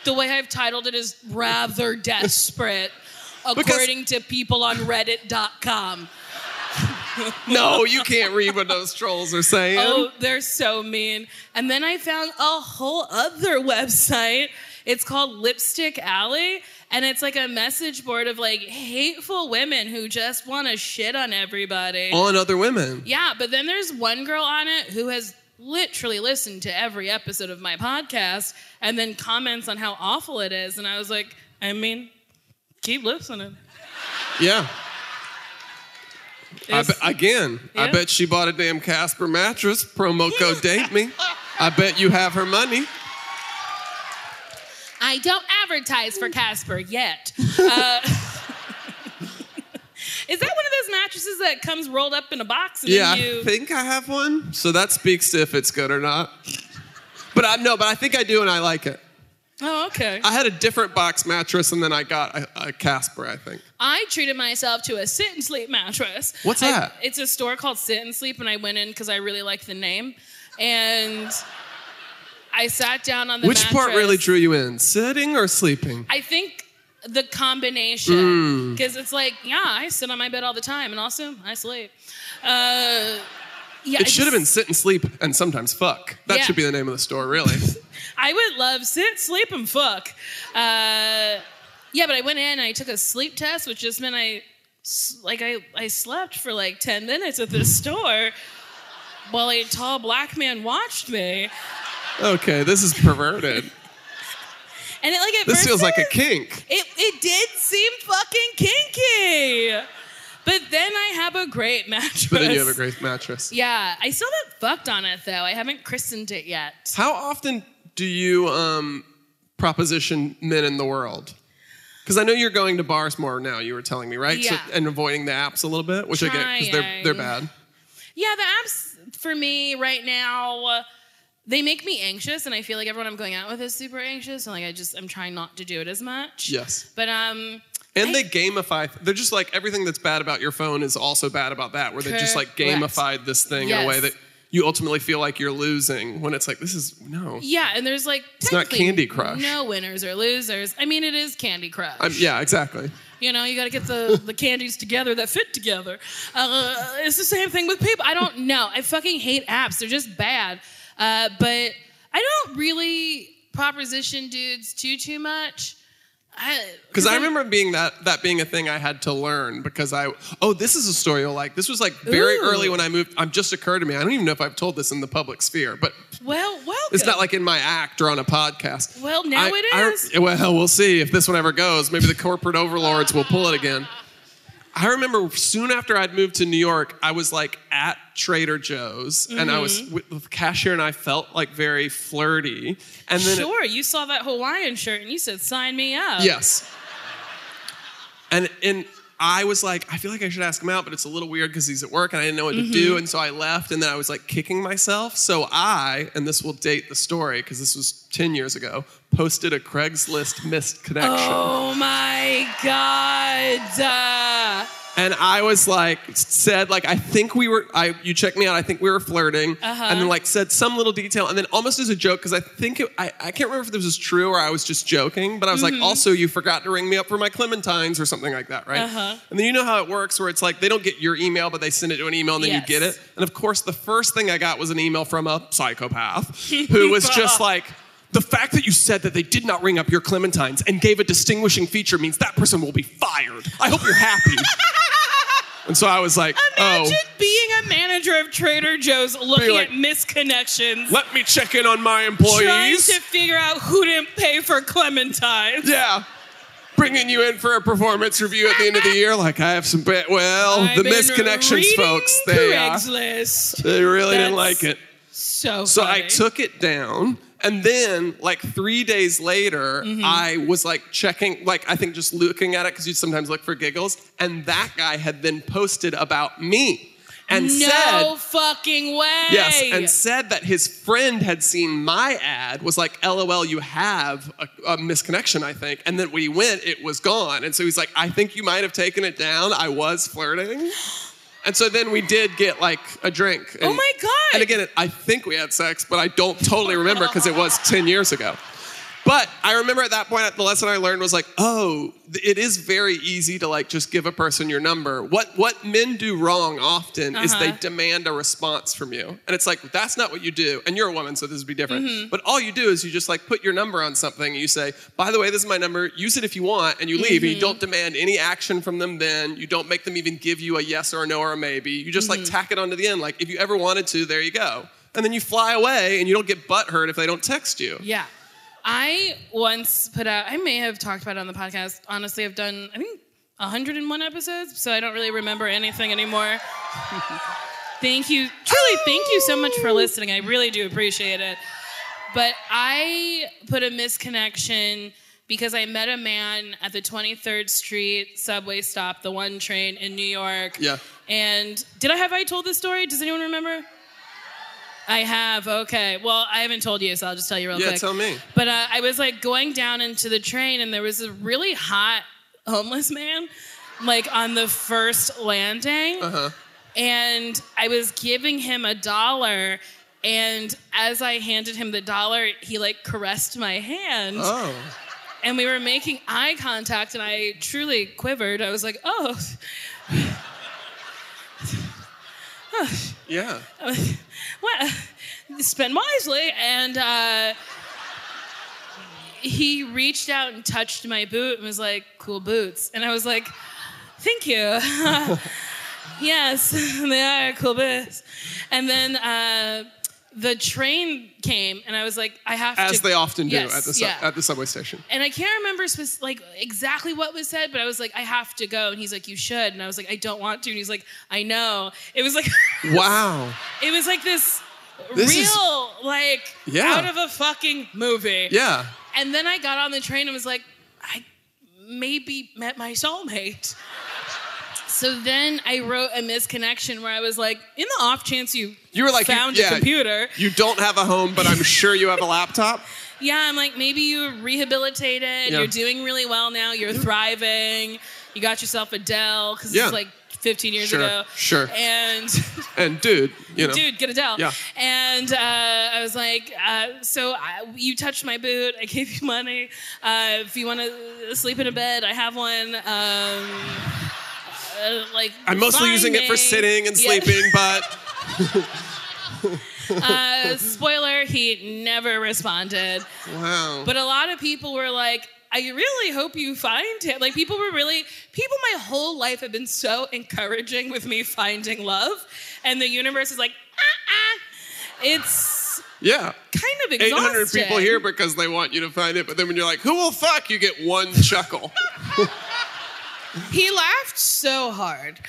S1: the way I've titled it is rather desperate, according to people on reddit.com.
S2: No, you can't read what those trolls are saying.
S1: Oh, they're so mean. And then I found a whole other (laughs) website. It's called Lipstick Alley, and it's like a message board of like hateful women who just want to shit on everybody.
S2: On other women.
S1: Yeah, but then there's one girl on it who has literally listened to every episode of my podcast and then comments on how awful it is. And I was like, I mean, keep listening.
S2: Yeah. I
S1: It's-
S2: be- again, I
S1: Yeah.
S2: bet she bought a damn Casper mattress. Promo
S1: (laughs)
S2: code date me. I bet you have her money.
S1: I don't advertise for Casper
S2: (laughs)
S1: yet. Uh, (laughs) is that one of those mattresses that comes rolled up in a box and
S2: Yeah,
S1: then you?
S2: I (laughs) think I have one. So that speaks to if it's good or not. But I no, but I think I do, and I like it.
S1: oh, okay.
S2: I had a different box mattress, and then I got a, a Casper. I think.
S1: I treated myself to a sit and sleep mattress.
S2: What's
S1: I-
S2: that?
S1: it's a store called Sit and Sleep, and I went in because I really liked the name. And I sat down on the
S2: Which part
S1: mattress.
S2: really drew you in, sitting or sleeping?
S1: I think the combination,
S2: Mm.
S1: because it's like, yeah, I sit on my bed all the time, and also I sleep. Uh, yeah, I
S2: It should have been
S1: just-
S2: sit and sleep, and sometimes fuck. That
S1: Yeah.
S2: should be the name of the store, really. (laughs)
S1: I would love sit, sleep, and fuck. Uh, yeah, but I went in and I took a sleep test, which just meant I, s- like, I, I slept for like 10 minutes at this (laughs) store while a tall black man watched me.
S2: okay, this is perverted.
S1: And it, like, at
S2: This
S1: first
S2: feels like
S1: I
S2: a
S1: was-
S2: kink.
S1: It, it did seem fucking kinky. But then I have a great (laughs) mattress.
S2: But then you have a great mattress.
S1: Yeah, I still haven't fucked on it though. I haven't christened it yet.
S2: How often do you um, proposition men in the world? Because I know you're going to bars more now. You were telling me, right?
S1: Yeah.
S2: and avoiding the apps a little bit, which I get because they're they're bad.
S1: Trying. Yeah, the apps for me right now, uh, they make me anxious, and I feel like everyone I'm going out with is super anxious, and like I just I'm trying not to do it as much.
S2: Yes.
S1: But um,
S2: And
S1: I-
S2: they gamify. They're just like everything that's bad about your phone is also bad about that, where they just like
S1: Correct.
S2: gamified this thing in a
S1: Yes.
S2: way that you ultimately feel like you're losing when it's like this is no.
S1: yeah, and there's like it's
S2: not Candy Crush.
S1: No winners or losers. I mean, it is Candy Crush.
S2: I'm, yeah, exactly.
S1: You know, you got to get the, the candies together that fit together. Uh, it's the same thing with people. I don't know. I fucking hate apps. They're just bad. Uh, but I don't really proposition dudes too too much. I,
S2: Because I remember being that that being a thing I had to learn because I oh this is a story you'll like this was like very
S1: Ooh.
S2: early when I moved I'm just occurred to me I don't even know if I've told this in the public sphere but
S1: Well, welcome.
S2: it's not like in my act or on a podcast.
S1: Well, now
S2: I-
S1: it
S2: I-
S1: is.
S2: well, we'll see if this one ever goes. Maybe the corporate overlords will pull it
S1: (laughs)
S2: again. I remember soon after I'd moved to New York, I was like at Trader Joe's, and I
S1: Mm-hmm.
S2: was with the cashier, and I felt like very flirty. And then it-
S1: sure, you saw that Hawaiian shirt and you said, "Sign me up."
S2: Yes. And and I was like, I feel like I should ask him out, but it's a little weird because he's at work and I didn't know what to
S1: Mm-hmm.
S2: do. And so I left and then I was like kicking myself. So I, and this will date the story because this was 10 years ago, posted a Craigslist missed connection.
S1: Oh my God. Uh,
S2: And I was like, said like, I think we were, I you checked me out. I think we were flirting, and then like said some little detail, and then almost as a joke because I think it, I I can't remember if this was true or I was just joking, but I was like, also you forgot to ring me up for my clementines or something like that, right? And then you know how it works where it's like they don't get your email, but they send it to an email and then
S1: Yes.
S2: you get it. And of course, the first thing I got was an email from a psychopath who was just like. The fact that you said that they did not ring up your clementines and gave a distinguishing feature means that person will be fired. I hope you're happy. And so I was like,
S1: imagine
S2: oh,
S1: being a manager of Trader Joe's looking
S2: like-
S1: at misconnections,
S2: let me check in on my
S1: trying
S2: employees.
S1: to figure out who didn't pay for clementines.
S2: yeah. Bringing you in for a performance review at the end of the year, like I have some bad. Well,
S1: I've
S2: the
S1: been
S2: misconnections,
S1: reading
S2: folks. They, uh,
S1: Craigslist.
S2: they really didn't
S1: That's
S2: like it.
S1: So,
S2: So I
S1: funny.
S2: took it down. And then, like three days later,
S1: Mm-hmm.
S2: I was like checking, like I think just looking at it because you sometimes look for giggles. And that guy had then posted about me and
S1: no
S2: said,
S1: fucking way.
S2: Yes, and said that his friend had seen my ad, was like, LOL, you have a, a misconnection, I think. And then when he went, it was gone. And so he's like, I think you might have taken it down. I
S1: (gasps)
S2: was flirting. And so then we did get like a drink.
S1: Oh
S2: And-
S1: my God.
S2: And again, I think we had sex, but I don't totally remember because it was 10 years ago. But I remember at that point, the lesson I learned was like, oh, th- it is very easy to like just give a person your number. What what men do wrong often is they demand a response from you, and it's like that's not what you do. And you're a woman, so this would be different. But all you do is you just like put your number on something, and you say, by the way, this is my number. Use it if you want, and you leave. And you don't demand any action from them. Then you don't make them even give you a yes or a no or a maybe. You just like tack it onto the end. Like if you ever wanted to, there you go. And then you fly away, and you don't get butthurt if they don't text you.
S1: Yeah. I once put out, I may have talked about it on the podcast. Honestly, I've done, I think, 101 episodes, so I don't really remember anything anymore. (laughs) thank you. Truly, thank you so much for listening. I really do appreciate it. But I put a misconnection because I met a man at the 23rd Street subway stop, the one train in New York.
S2: Yeah.
S1: And did I have I told this story? Does anyone remember? I have. Okay. Well, I haven't told you, so I'll just tell you real
S2: Yeah,
S1: quick.
S2: tell me.
S1: But uh, I was like going down into the train, and there was a really hot homeless man, like on the first landing.
S2: Uh-huh.
S1: And I was giving him a dollar, and as I handed him the dollar, he like caressed my hand,
S2: Oh.
S1: and we were making eye contact, and I truly quivered. I was like, oh.
S2: Yeah.
S1: (laughs) well, spend wisely. And uh, he reached out and touched my boot and was like, cool boots. And I was like, thank you. (laughs) yes, (laughs) they are cool boots. And then uh, the train came and I was like, I have to.
S2: As they often do
S1: Yes,
S2: at the sub-
S1: yeah.
S2: at the subway station.
S1: and I can't remember spec- like exactly what was said, but I was like, I have to go, and he's like, you should, and I was like, I don't want to, and he's like, I know. It was like, (laughs)
S2: Wow.
S1: It was like this,
S2: This
S1: real,
S2: is-
S1: like
S2: Yeah.
S1: out of a fucking movie.
S2: Yeah.
S1: And then I got on the train and was like, I maybe met my soulmate. So then I wrote a misconnection where I was like, in the off chance you,
S2: You were like,
S1: found
S2: yeah,
S1: a computer.
S2: You don't have a home, but I'm sure you have a laptop.
S1: Yeah, I'm like, maybe you rehabilitated,
S2: Yeah.
S1: you're doing really well now, you're thriving, you got yourself a Dell, because
S2: Yeah.
S1: this is like 15 years
S2: Sure,
S1: ago.
S2: sure.
S1: And (laughs)
S2: And dude, you know.
S1: dude, get Adele.
S2: Yeah.
S1: And uh, I was like, uh, so I, you touched my boot. I gave you money. Uh, if you want to sleep in a bed, I have one. Um, uh, like
S2: I'm mostly
S1: find
S2: using it for
S1: me.
S2: sitting and
S1: Yeah.
S2: sleeping, but
S1: (laughs) Uh, spoiler: He never responded.
S2: wow.
S1: But a lot of people were like, I really hope you find him. Like people were really people my whole life have been so encouraging with me finding love, and the universe is like, ah, ah. it's
S2: Yeah.
S1: kind of exhausting.
S2: 800 people here because they want you to find it, but then when you're like, who will fuck, you get one chuckle.
S1: He laughed so hard.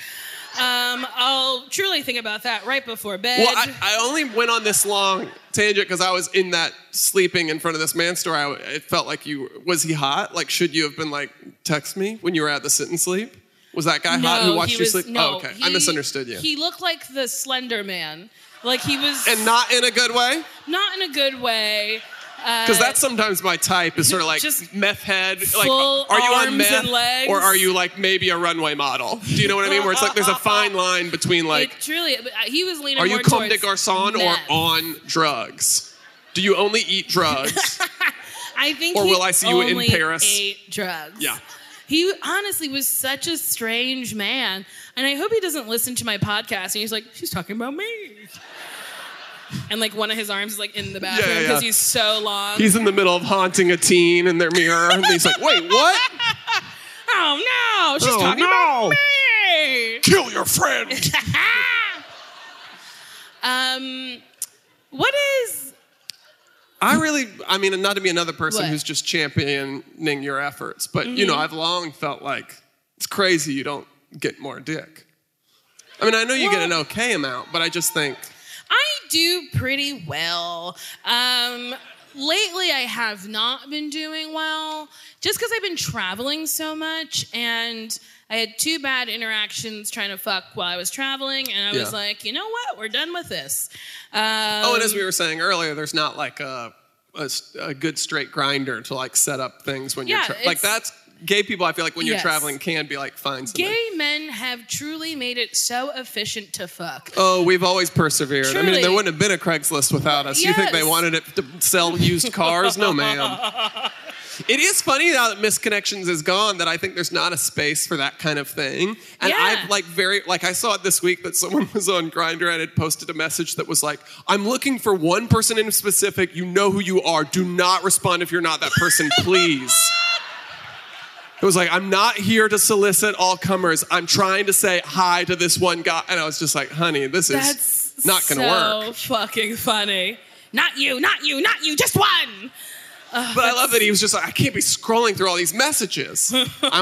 S1: Um, I'll truly think about that right before bed.
S2: Well, I, I only went on this long tangent because I was in that sleeping in front of this man store. I, it felt like you was he hot? Like, should you have been like, text me when you were at the sit and sleep? Was that guy hot who watched
S1: he
S2: you
S1: was-
S2: sleep?
S1: No,
S2: oh, okay. I
S1: he-
S2: misunderstood you.
S1: He looked like the Slender Man. Like he was
S2: and not in a good way,
S1: not in a good way. Uh,
S2: because that's sometimes my type is sort of like
S1: Just
S2: meth head. Like,
S1: full
S2: are you
S1: arms
S2: on meth
S1: and legs.
S2: or are you like maybe a runway model? Do you know what I mean? Where it's like there's
S1: (laughs)
S2: a fine line between like,
S1: it truly, but he was leaning
S2: are you
S1: more
S2: comme de
S1: towards
S2: garçon
S1: meth.
S2: or on drugs? Do you only eat drugs?
S1: (laughs) I think.
S2: or
S1: he
S2: will I see you in
S1: only
S2: Paris?
S1: Ate drugs.
S2: Yeah.
S1: He honestly was such a strange man, and I hope he doesn't listen to my podcast. And he's like, she's talking about me. (laughs) And like one of his arms is like in the bathroom
S2: Yeah,
S1: because
S2: yeah, yeah.
S1: he's so long.
S2: He's in the middle of haunting a teen in their mirror, and he's like, "Wait, what?
S1: oh no, she's
S2: Oh,
S1: talking about
S2: no.
S1: me. (laughs)
S2: Kill your friend!"
S1: Um, what is?
S2: I really, I mean, not to be another person
S1: What? Mm-hmm.
S2: who's just championing your efforts, but you know, I've long felt like it's crazy you don't get more dick. I mean, I know you get an
S1: Well-
S2: okay amount, but I just think
S1: I do pretty well. Um, lately, I have not been doing well just because I've been traveling so much and I had two bad interactions trying to fuck while I was traveling, and I was
S2: Yeah.
S1: like, you know what? We're done with this. Um,
S2: Oh, and as we were saying earlier, there's not like a, a s- a good straight grinder to like set up things when
S1: Yeah,
S2: you're tra- like
S1: it's-
S2: that's gay people. I feel like when you're
S1: Yes.
S2: traveling can be like find something.
S1: Gay men have truly made it so efficient to fuck.
S2: Oh, we've always persevered. I mean,
S1: Truly.
S2: there wouldn't have been a Craigslist without us. You think they
S1: Yes.
S2: wanted it to sell used cars?
S1: (laughs)
S2: no, ma'am. It is funny now that Misconnections is gone that I think there's not a space for that kind of thing. And
S1: Yeah.
S2: I've like very like I saw it this week that someone (laughs) was on Grinder and had posted a message that was like, "I'm looking for one person in specific. You know who you are. Do not respond if you're not that person, please." It was like, I'm not here to solicit all comers. I'm trying to say hi to this one guy. And I was just like, honey, this
S1: That's
S2: is not going to
S1: so
S2: work.
S1: fucking funny. Not you, not you, not you, just one.
S2: But I love that he was just like, I can't be scrolling through all these messages. I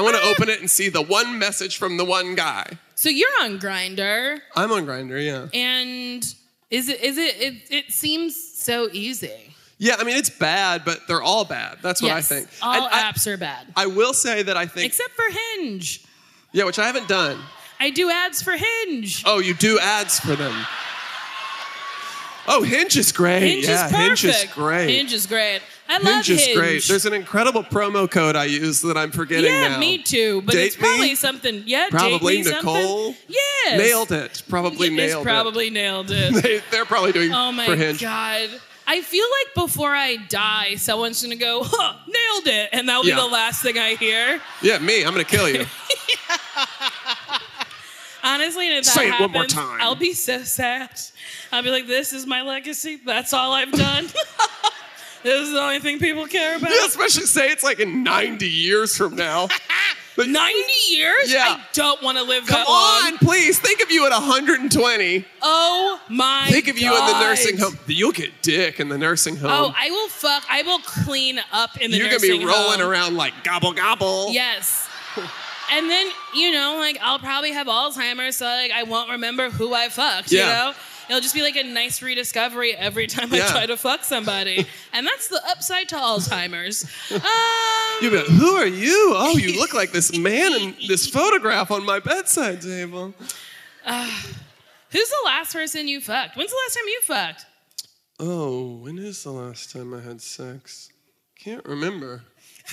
S1: (laughs)
S2: want to open it and see the one message from the one guy.
S1: So you're on Grinder.
S2: I'm on Grinder, yeah.
S1: and is it is it it, it seems so easy
S2: Yeah, I mean, it's bad, but they're all bad. That's what I think.
S1: all
S2: And I,
S1: apps are bad
S2: I will say that I think,
S1: except for hinge
S2: yeah, which I haven't done.
S1: i do ads for hinge
S2: Oh, you do ads for them. Oh, Hinge is great.
S1: hinge
S2: yeah,
S1: is perfect
S2: Hinge is great.
S1: hinge is great i love
S2: Hinge
S1: hinge
S2: is great. There's an incredible promo code I use that I'm forgetting
S1: yeah,
S2: now.
S1: me too. But it's
S2: Date me?
S1: probably something. Yeah, date
S2: Probably
S1: me
S2: Nicole.
S1: Something. Yes,
S2: Nailed it. Probably
S1: It's
S2: nailed
S1: probably nailed
S2: it.
S1: it.
S2: (laughs) They, they're probably doing
S1: Oh my
S2: for Hinge.
S1: god! I feel like before I die, someone's gonna go, huh, "Nailed it," and that'll
S2: Yeah.
S1: be the last thing I hear.
S2: Yeah, me. I'm gonna
S1: (laughs)
S2: kill you.
S1: Honestly, and if that
S2: Say it
S1: happens,
S2: one more time.
S1: I'll be so sad. I'll be like, "This is my legacy. That's all I've
S2: (laughs)
S1: done. this is the only thing people care about."
S2: Yeah, especially say it's like in 90 years from
S1: (laughs)
S2: now. But-
S1: Ninety years?
S2: Yeah.
S1: I don't want to live
S2: Come
S1: that
S2: on,
S1: long.
S2: please. Think of you at 120.
S1: Oh my!
S2: Think of you in the
S1: God.
S2: nursing home. You'll get dick in the nursing home.
S1: Oh, I will fuck. I will clean up in the
S2: You're gonna
S1: nursing
S2: be rolling
S1: home.
S2: around like gobble gobble.
S1: Yes. And then you know, like I'll probably have Alzheimer's, so like I won't remember who I fucked. You
S2: Yeah.
S1: know, it'll just be like a nice rediscovery every time I
S2: Yeah.
S1: try to fuck
S2: (laughs)
S1: somebody, and that's the upside to Alzheimer's. Um,
S2: You'll be like, who are you? Oh, you look like
S1: (laughs)
S2: this man in this photograph on my bedside table.
S1: who's the last person you fucked? When's the last time you fucked?
S2: Oh, when is the last time I had sex? Can't remember.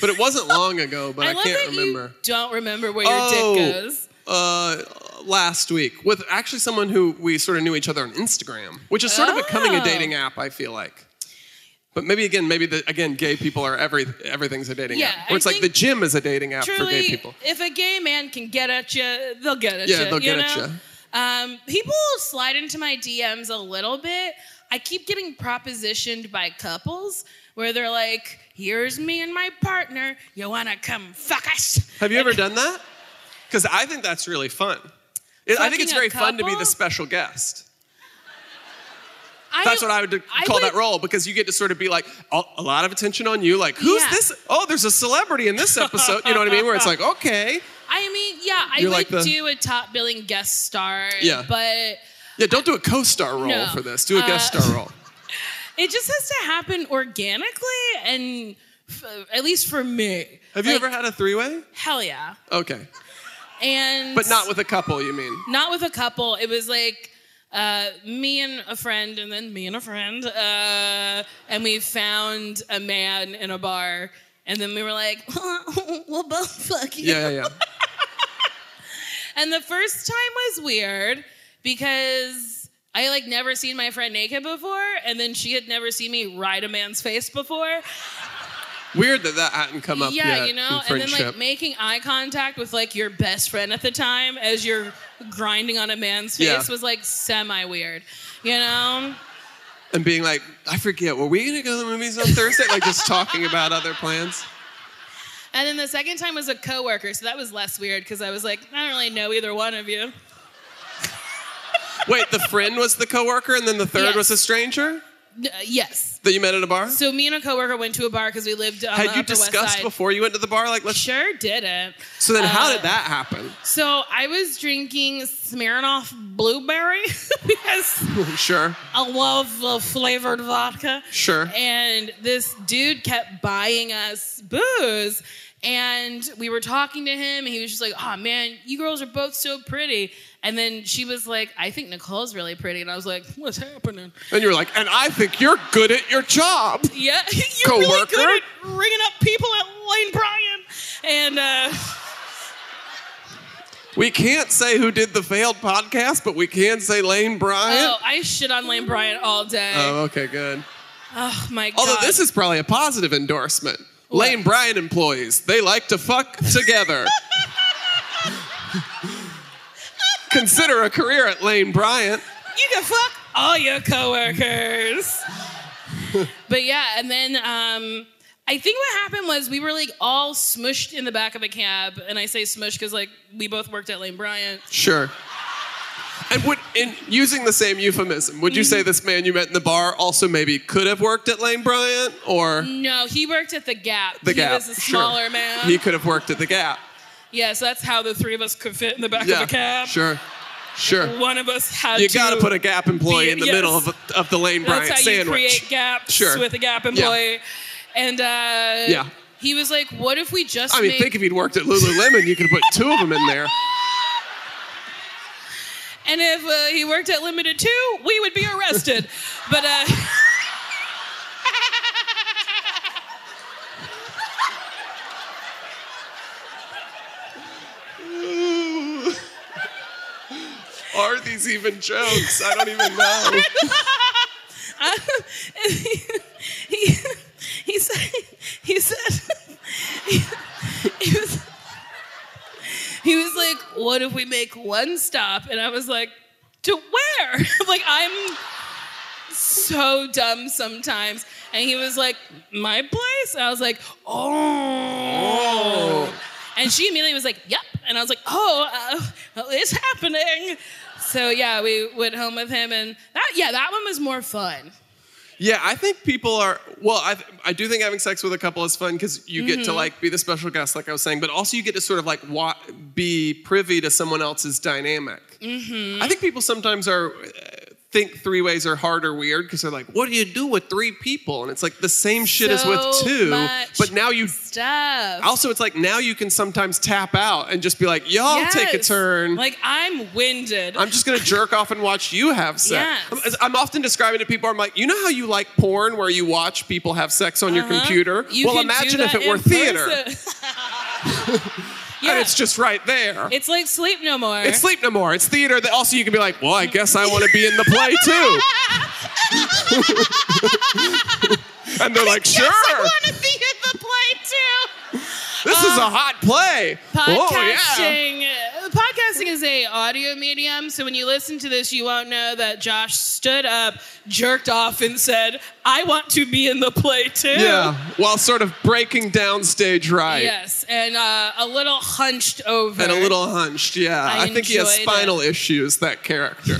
S2: But it wasn't long ago, but I,
S1: love
S2: can't
S1: that
S2: remember. Oh.
S1: you don't remember where your dick goes.
S2: Uh, last week with actually someone who we sort of knew each other on Instagram, which is sort of becoming a
S1: Oh.
S2: dating app, I feel like. But maybe again, maybe the, again, gay people are every everything's a dating
S1: Yeah,
S2: app. Or
S1: I
S2: it's like the
S1: think
S2: gym is a dating app for gay
S1: Truly,
S2: people.
S1: if a gay man can get at you, they'll get at
S2: Yeah,
S1: you.
S2: they'll
S1: you
S2: get at
S1: know?
S2: you.
S1: Um, people slide into my DMs a little bit. I keep getting propositioned by couples where they're like, here's me and my partner. You wanna come fuck us?
S2: Have you ever done that? Because I think that's really fun. It- I think it's
S1: Fucking a
S2: very fun to be
S1: couple?
S2: the special guest.
S1: I-
S2: That's what I would call that role because you get to sort of be like a, a lot of attention on you. Like, who's
S1: Yeah.
S2: this? Oh, there's a celebrity in this episode. You know what I mean? Where it's like, okay,
S1: I mean, yeah, I
S2: You're
S1: would
S2: like the-
S1: do a top billing guest star.
S2: Yeah.
S1: But
S2: yeah, don't do a co-star role
S1: No.
S2: for this. Do a guest
S1: Uh, (laughs)
S2: star role.
S1: it just has to happen organically and f- at least for me.
S2: Have you
S1: Like,
S2: ever had a three-way?
S1: Hell yeah.
S2: Okay,
S1: And
S2: but not with a couple. You mean?
S1: not with a couple. It was like uh, me and a friend, and then me and a friend, uh, and we found a man in a bar, and then we were like, (laughs) "We'll both fuck you."
S2: Yeah, yeah, yeah.
S1: And the first time was weird because I like never seen my friend naked before, and then she had never seen me ride a man's face before.
S2: Weird that that hadn't come up
S1: yeah,
S2: yet
S1: you know,
S2: in
S1: and then
S2: friendship.
S1: like making eye contact with like your best friend at the time as you're grinding on a man's face
S2: Yeah.
S1: was like semi weird, you know?
S2: and being like, I forget, were we gonna go to the movies on Thursday? like just talking about other plans.
S1: And then the second time was a coworker, so that was less weird because I was like, I don't really know either one of you.
S2: Wait, the friend was the coworker, and then the third
S1: Yes.
S2: was a stranger
S1: N- uh, yes.
S2: that you met at a bar.
S1: So me and a coworker went to a bar because we lived on the
S2: Had you
S1: Upper West
S2: discussed
S1: Side.
S2: before you went to the bar? Like, let's.
S1: Sure didn't.
S2: So then, how
S1: Uh,
S2: did that happen? (laughs)
S1: So I was drinking Smirnoff Blueberry (laughs) because
S2: sure,
S1: I love the flavored vodka.
S2: sure.
S1: And this dude kept buying us booze. And we were talking to him, and he was just like, Oh man, you girls are both so pretty. And then she was like, I think Nicole's really pretty. And I was like, What's happening?
S2: And you were like, and I think you're good at your job.
S1: Yeah, (laughs) you're really
S2: Co-worker?
S1: good at ringing up people at Lane Bryant. And uh,
S2: We can't say who did the failed podcast, but we can say Lane Bryant.
S1: oh, I shit on Lane Bryant all day.
S2: Oh, okay, good.
S1: oh my god.
S2: Although this is probably a positive endorsement. Lane Bryant employees, they like to fuck (laughs) together. Consider a career at Lane Bryant.
S1: You can fuck all your
S2: (laughs)
S1: coworkers. but yeah, and then um, I think what happened was we were like all smushed in the back of a cab, and I say smushed because like we both worked at Lane Bryant.
S2: Sure. And would, in using the same euphemism, would you say this man you met in the bar also maybe could have worked at Lane Bryant, or
S1: No, he worked at the Gap.
S2: the
S1: he
S2: Gap?
S1: was a
S2: Sure.
S1: smaller man.
S2: He could have worked at the Gap.
S1: yeah, so that's how the three of us could fit in the back of a cab.
S2: Sure. Sure.
S1: One of us had
S2: you
S1: to.
S2: got to put a Gap employee
S1: be-
S2: in the
S1: yes.
S2: middle of, of the Lane Bryant
S1: That's how you
S2: sandwich.
S1: create gaps
S2: Sure.
S1: with a Gap employee. And uh,
S2: Yeah.
S1: he was like, "What if we just?"
S2: I mean,
S1: make-
S2: think if you'd worked at Lululemon, you could have put two of them in there.
S1: And if uh, he worked at Limited 2, we would be arrested. but uh, (laughs)
S2: Are these even jokes? I
S1: (laughs)
S2: don't even know.
S1: he, he said, he said, he, he was, he was like, what if we make one stop? And I was like, to where? (laughs) like, I'm so dumb sometimes. And he was like, my place? And I was like, oh. And she immediately was like, yep. And I was like, oh, uh, it's happening. So yeah, we went home with him, and that yeah, that one was more fun.
S2: Yeah, I think people are. Well, I, I do think having sex with a couple is fun because you get to
S1: Mm-hmm.
S2: like be the special guest, like I was saying, but also you get to sort of like wa- be privy to someone else's dynamic.
S1: Mm-hmm.
S2: I think people sometimes are uh, think three ways are hard or weird because they're like, what do you do with three people? And it's like the same shit as with
S1: So
S2: two,
S1: much
S2: but now you.
S1: Stuff.
S2: Also, it's like now you can sometimes tap out and just be like, y'all take a
S1: Yes.
S2: turn.
S1: Like I'm winded.
S2: I'm just gonna jerk off and watch you have sex.
S1: Yes.
S2: I'm, I'm often describing to people, I'm like, you know how you like porn where you watch people have sex on your computer?
S1: Uh-huh. You
S2: well,
S1: can do
S2: imagine if
S1: that
S2: it were
S1: in
S2: theater
S1: person.
S2: (laughs) and
S1: (laughs) yeah.
S2: it's just right there.
S1: It's like sleep no more.
S2: It's Sleep No More. It's theater that also you can be like, well, I guess I want to be in the play
S1: (laughs)
S2: too. And they're like,
S1: Yes, I
S2: sure,
S1: want to be in the play too. Uh,
S2: this is a hot play. Oh, yeah.
S1: Podcasting. Podcasting
S3: podcasting is a audio medium, so when you listen to this, you won't know that Josh stood up, jerked off, and said, "I want to be in the play too."
S2: Yeah, while sort of breaking down stage right.
S3: Yes, and uh, a little hunched over.
S2: And a little hunched, yeah.
S3: I
S2: I, think he has
S3: enjoyed
S2: spinal issues, that character.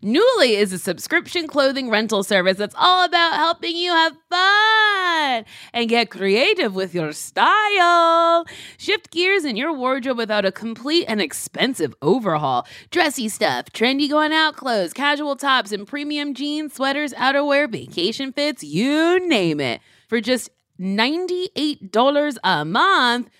S1: Newly is a subscription clothing rental service that's all about helping you have fun and get creative with your style. Shift gears in your wardrobe without a complete and expensive overhaul. Dressy stuff, trendy going out clothes, casual tops, and premium jeans, sweaters, outerwear, vacation fits, you name it. For just $98 a month,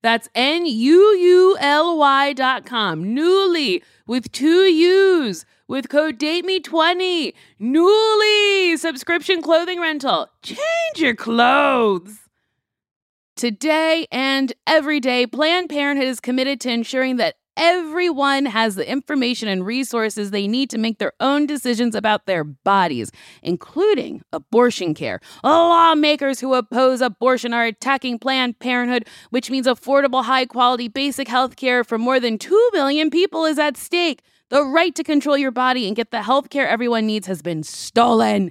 S1: That's N U U L Y.com. Newly with two U's with code DATEME20. Newly subscription clothing rental. Change your clothes. Today and every day, Planned Parenthood is committed to ensuring that everyone has the information and resources they need to make their own decisions about their bodies, including abortion care. Lawmakers who oppose abortion are attacking Planned Parenthood, which means affordable, high quality, basic health care for more than 2 million people is at stake. The right to control your body and get the health care everyone needs has been stolen.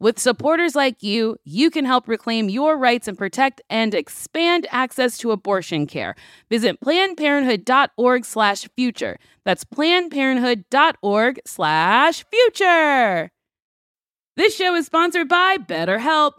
S1: With supporters like you, you can help reclaim your rights and protect and expand access to abortion care. Visit plannedparenthood.org/future. That's plannedparenthood.org/future. This show is sponsored by BetterHelp.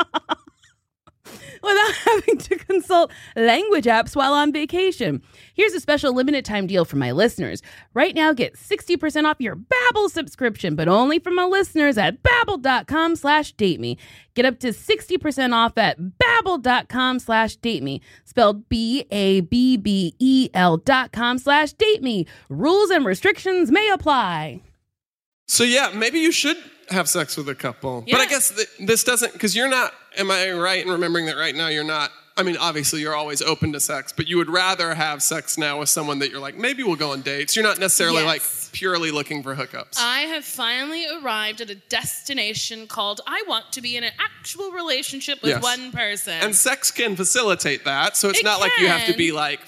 S4: without having to consult language apps while on vacation. Here's a special limited time deal for my listeners. Right now, get 60% off your Babbel subscription, but only for my listeners at babbel.com slash date me. Get up to 60% off at babbel.com slash date me, spelled B-A-B-B-E-L E dot com slash date me. Rules and restrictions may apply.
S2: So yeah, maybe you should have sex with a couple. But I
S1: Yeah.
S2: guess th- this doesn't because you're not. Am I right in remembering that right now you're not? I mean, obviously you're always open to sex, but you would rather have sex now with someone that you're like, maybe we'll go on dates. You're not necessarily
S1: Yes. Uh,
S2: like purely looking for hookups.
S1: I have finally arrived at a destination called I want to be in an actual relationship with
S2: Yes.
S1: one person.
S2: and sex can facilitate that, so it's
S1: It
S2: not like you have to
S1: can.
S2: be like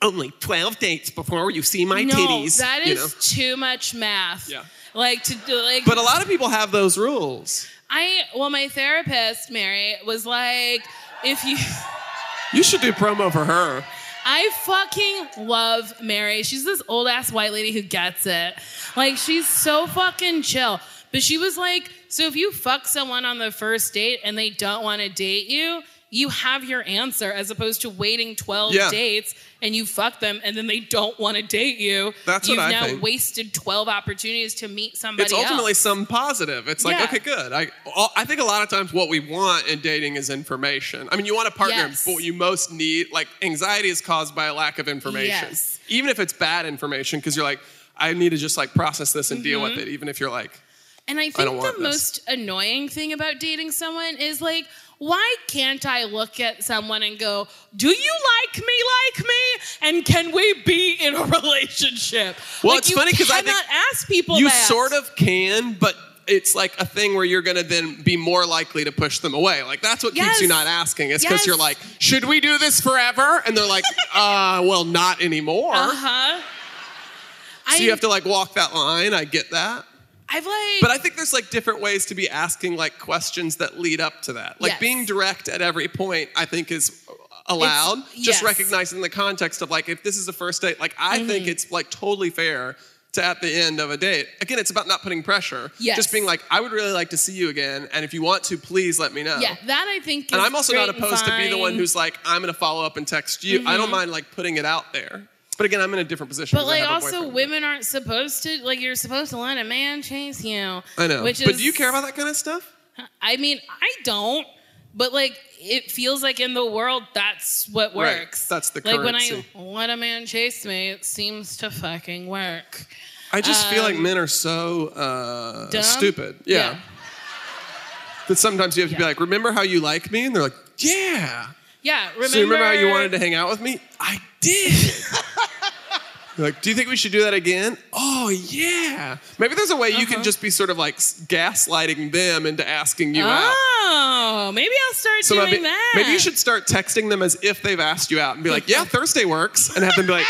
S2: only twelve dates before you see my
S1: no,
S2: titties.
S1: that is
S2: you know?
S1: too much math.
S2: Yeah.
S1: Like to do like
S2: But a lot of people have those rules.
S1: I well my therapist, Mary, was like, if you
S2: You should do promo for her.
S1: I fucking love Mary. She's this old ass white lady who gets it. Like, she's so fucking chill. But she was like, so if you fuck someone on the first date and they don't want to date you, you have your answer as opposed to waiting 12
S2: Yeah.
S1: dates and you fuck them and then they don't want to date you.
S2: That's what
S1: You've
S2: I
S1: now
S2: think.
S1: wasted 12 opportunities to meet somebody
S2: it's ultimately
S1: else.
S2: some positive. It's like,
S1: Yeah.
S2: okay, good. I all- I think a lot of times what we want in dating is information. I mean, you want a partner,
S1: Yes.
S2: but what you most need, like, anxiety is caused by a lack of information.
S1: Yes.
S2: Even if it's bad information, because you're like, I need to just like process this and deal with
S1: Mm-hmm.
S2: it. Even if you're like,
S1: And I
S2: don't
S1: think the
S2: want this.
S1: most annoying thing about dating someone is like, why can't I look at someone and go, do you like me like me? And can we be in a (laughs) relationship?
S2: Well,
S1: Like,
S2: it's
S1: you
S2: funny 'cause I think
S1: cannot ask people
S2: you
S1: that.
S2: sort of can, but it's like a thing where you're gonna then be more likely to push them away. Like that's what keeps
S1: Yes.
S2: you not asking. It's because
S1: Yes.
S2: you're like, should we do this forever? And they're like, (laughs) uh, well, not anymore.
S1: Uh-huh. I,
S2: So you have to like walk that line. I get that.
S1: I've like
S2: But I think there's like different ways to be asking like questions that lead up to that. Like
S1: Yes.
S2: being direct at every point, I think is allowed.
S1: It's-
S2: Just
S1: yes. Mm-hmm.
S2: recognizing the context of like if this is a first date, like I think it's like totally fair to at the end of a date. Again, it's about not putting pressure.
S1: Yes.
S2: Just being like, I would really like to see you again, and if you want to, please let me know.
S1: Yeah, that I think is
S2: And I'm also not
S1: great and
S2: opposed to be the one
S1: fine. Mm-hmm.
S2: who's like, I'm gonna follow up and text you. I don't mind like putting it out there. But again, I'm in a different position.
S1: But
S2: 'cause I
S1: like,
S2: have a
S1: also,
S2: boyfriend.
S1: women aren't supposed to like. You're supposed to let a man chase you.
S2: I know.
S1: Which
S2: but
S1: is,
S2: do you care about that kind of stuff?
S1: I mean, I don't, but like it feels like in the world that's what
S2: Right.
S1: works.
S2: That's the
S1: like
S2: currency.
S1: when I let a man chase me, it seems to fucking work.
S2: I just feel like men are so uh,
S1: um, Dumb?
S2: stupid. Yeah. That sometimes you have to be
S1: Yeah.
S2: like, remember how you like me? And they're like, yeah.
S1: Yeah. Remember,
S2: so you remember how you wanted to hang out with me? I did. (laughs) You're like, do you think we should do that again? Oh, yeah. Maybe there's a way you
S1: Uh-huh.
S2: can just be sort of like s- gaslighting them into asking you out.
S1: Oh, maybe I'll start
S2: So
S1: doing
S2: maybe,
S1: that.
S2: maybe you should start texting them as if they've asked you out and be like,
S1: (laughs)
S2: yeah, Thursday works. And have them be like,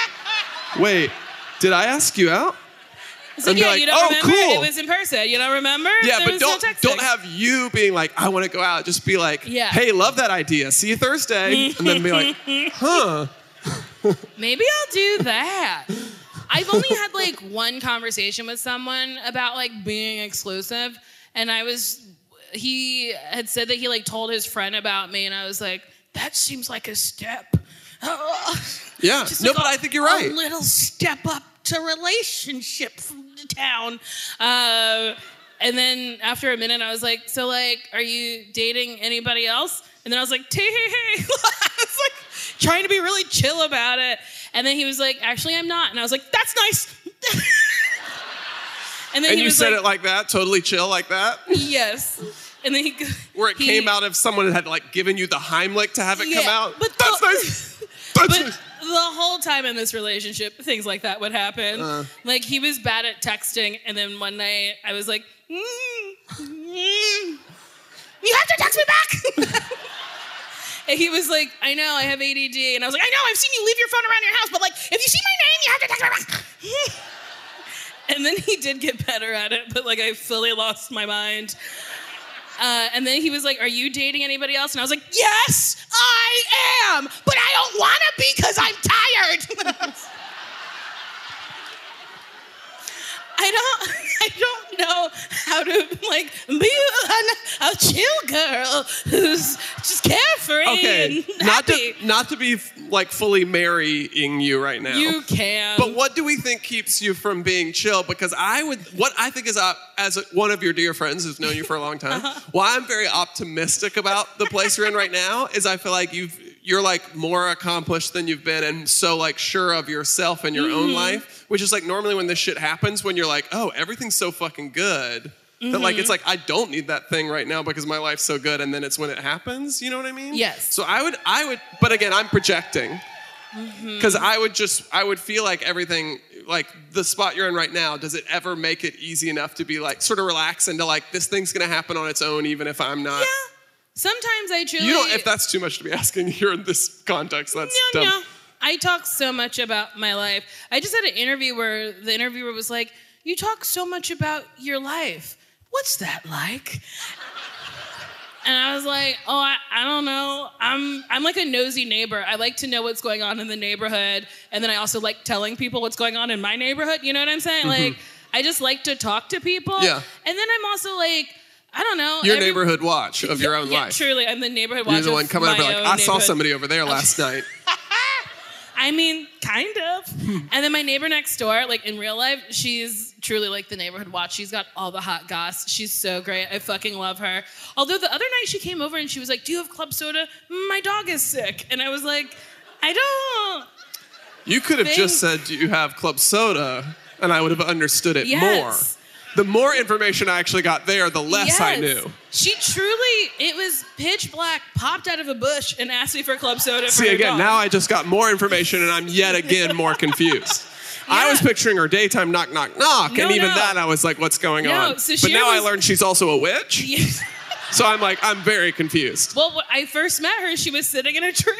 S2: wait, did I ask you out?
S1: It's like,
S2: and be
S1: yeah,
S2: like,
S1: you don't
S2: "Oh,
S1: remember?
S2: cool."
S1: It was in person. You don't remember?
S2: Yeah,
S1: There
S2: but
S1: was no
S2: don't
S1: texting.
S2: don't have you being like, I want to go out. Just be like,
S1: Yeah.
S2: hey, love that idea. See you Thursday, and then be
S1: (laughs)
S2: like, huh?
S1: Maybe I'll do that. I've only had like one conversation with someone about like being exclusive, and I was he had said that he like told his friend about me, and I was like, that seems like a step. (sighs)
S2: Yeah.
S1: Just
S2: no,
S1: like
S2: but
S1: a-
S2: I think you're
S1: A
S2: right.
S1: little step up to relationship from the town. (laughs) Uh, and then after a minute, I was like, so like, are you dating anybody else? And then I was like, hey, hey, hey. (laughs) I was like trying to be really chill about it. And then he was like, actually, I'm not. And I was like, that's nice. (laughs) and then
S2: And
S1: he
S2: you
S1: was
S2: said
S1: like,
S2: it like that, totally chill like that,
S1: yes. And then he, go-
S2: where it
S1: he-
S2: came out if someone had like given you the Heimlich to have it come
S1: Yeah,
S2: out.
S1: but
S2: that's
S1: the- (laughs)
S2: nice. That's
S1: but
S2: nice.
S1: the whole time in this relationship, things like that would happen.
S2: Uh.
S1: like he was bad at texting, and then one night I was like, mm, mm, "You have to text me back." (laughs) and he was like, "I know, I have ADD," and I was (laughs) like, "I know, I've seen you leave your phone around your house, but like, if you see my name, you have to text me back." And then he did get better at it, but like I fully lost my mind. Uh, and then he was like, Are you dating anybody else? And I was like, Yes, I am, but I don't want to because I'm tired. (laughs) I don't (laughs) I don't know how to like be an- a chill girl who's just carefree
S2: Okay,
S1: and
S2: not
S1: happy.
S2: to not to be like fully marrying you right now.
S1: you can.
S5: Um,
S2: But what do we think keeps you from being chill? Because I would, what I think is, uh, as one of your dear friends who's known you for a long time, why I'm very optimistic about the place you're in right now is I feel like you've, you're like more accomplished than you've been and so like sure of yourself and your own life, which is like normally when this shit happens, when you're like, oh, everything's so fucking good. That like it's like I don't need that thing right now because my life's so good, and then it's when it happens. You know what I mean?
S1: Yes.
S2: So I would, I would, but again, I'm projecting
S1: Mm-hmm.
S2: because I would just I would feel like everything like the spot you're in right now does it ever make it easy enough to be like sort of relax and to like this thing's gonna happen on its own even if I'm not
S1: Yeah. Sometimes I truly
S2: you don't if that's too much to be (laughs) asking here in this context that's
S1: no,
S2: dumb
S1: no. I talk so much about my life. I just had an interview where the interviewer was like, "You talk so much about your life. What's that like?" And I was like, "Oh, I, I don't know. I'm I'm like a nosy neighbor. I like to know what's going on in the neighborhood, and then I also like telling people what's going on in my neighborhood. You know what I'm saying? Like, I just like to talk to people.
S2: Mm-hmm. Yeah.
S1: And then I'm also like, I don't know.
S2: your
S1: every-
S2: neighborhood watch of your own
S1: Yeah,
S2: life
S1: truly, I'm the neighborhood watch.
S2: you're the
S1: of
S2: one coming
S1: my
S2: over like
S1: own
S2: I saw
S1: neighborhood."
S2: somebody over there last night
S1: I mean, kind of.
S2: Hmm.
S1: and then my neighbor next door, like in real life, she's truly like the neighborhood watch. She's got all the hot goss. She's so great. I fucking love her. Although the other night she came over and she was like, Do you have club soda? "Mm, My dog is sick. And I was like, I don't.
S2: you could have just said do you have club soda and I would have understood it
S1: Yes.
S2: more the more information I actually got there the less I
S1: Yes.
S2: knew
S1: She truly, it was pitch black, popped out of a bush and asked me for club soda. for
S2: See,
S1: her
S2: again,
S1: dog.
S2: now I just got more information and I'm yet
S1: (laughs)
S2: again more confused. I
S1: Yeah.
S2: was picturing her daytime knock, knock, knock,
S1: No,
S2: and even
S1: no.
S2: that I was like, what's going
S1: No,
S2: on?
S1: so
S2: but
S1: she
S2: now I
S1: was-
S2: learned she's also a witch. So I'm like, I'm very confused.
S1: Well, when I first met her, she was sitting in a tree.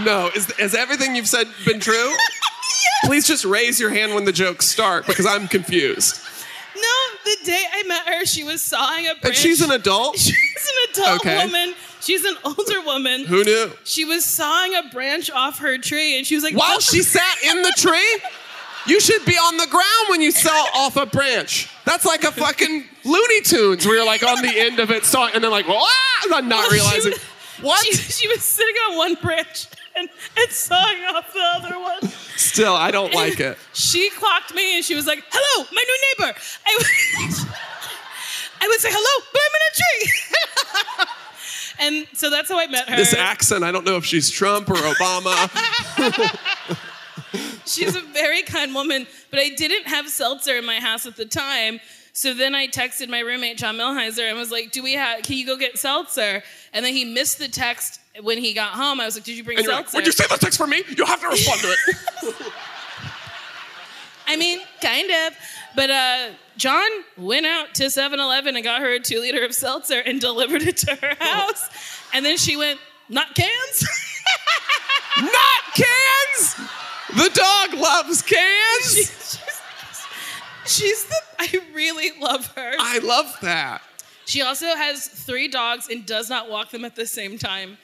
S1: (laughs)
S2: No, is, has everything you've said been true?
S1: (laughs)
S2: Please just raise your hand when the jokes start because I'm confused.
S1: no, the day I met her, she was sawing a branch.
S2: And she's an adult?
S1: She's an adult
S2: Okay.
S1: woman. She's an older woman.
S2: Who knew?
S1: She was sawing a branch off her tree, and she was like,
S2: While
S1: "Oh."
S2: she sat in the tree? You should be on the ground when you saw off a branch. That's like a fucking Looney Tunes where you're like on the end of it saw and then like, "Wah!" and I'm not
S1: Well, she
S2: realizing.
S1: was-
S2: What?
S1: She, she was sitting on one branch and, and sawing off the other one."
S2: Still, I don't like it.
S1: She clocked me, and she was like, "Hello, my new neighbor." (laughs) I was, I would say hello, but I'm in a tree. (laughs) and so that's how I met her.
S2: This accent, I don't know if she's Trump
S1: (laughs)
S2: or Obama.
S1: She's a very kind woman, but I didn't have seltzer in my house at the time. So then I texted my roommate John Milheiser and was like, "Do we have? Can you go get seltzer?" And then he missed the text when he got home. I was like, "Did you bring
S2: And you're like,
S1: seltzer?"
S2: would you say the text for me? You have to respond to it.
S1: I mean, kind of. But uh, John went out to 7-Eleven and got her a two liter of seltzer and (laughs) delivered it to her house. And then she went, "Not cans." (laughs)
S2: Not cans! The dog loves cans!
S1: she's, she's the. I really love her.
S2: I love that.
S1: She also has three dogs and does not walk them at the same time.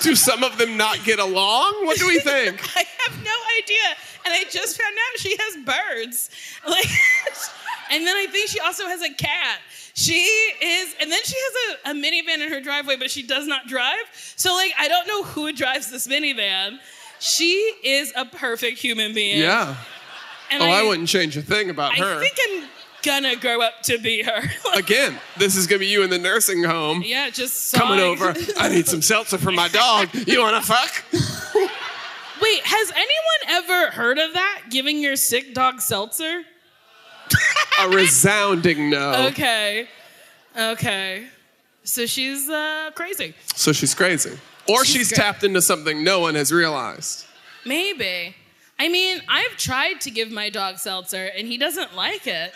S2: Do some of them not get along? What do we think?
S1: (laughs) I have no idea. And I just found out she has birds. (laughs) Like and then I think she also has a cat. She is and then she has a, a minivan in her driveway, but she does not drive. So like I don't know who drives this minivan. She is a perfect human being.
S2: Yeah.
S1: And
S2: Oh, I wouldn't change a thing about
S1: I
S2: her.
S1: think I'm gonna grow up to be her. (laughs) Like,
S2: Again, this is gonna be you in the nursing home.
S1: yeah, just
S2: Coming
S1: sawing-
S2: over. I need some seltzer for my dog. You wanna fuck?
S1: Wait, has anyone ever heard of that? Giving your sick dog seltzer?
S2: A resounding no.
S1: Okay. Okay. So she's uh, crazy.
S2: So she's crazy. Or she's,
S1: cra-
S2: tapped into something no one has realized.
S1: Maybe. I mean, I've tried to give my dog seltzer and he doesn't like it.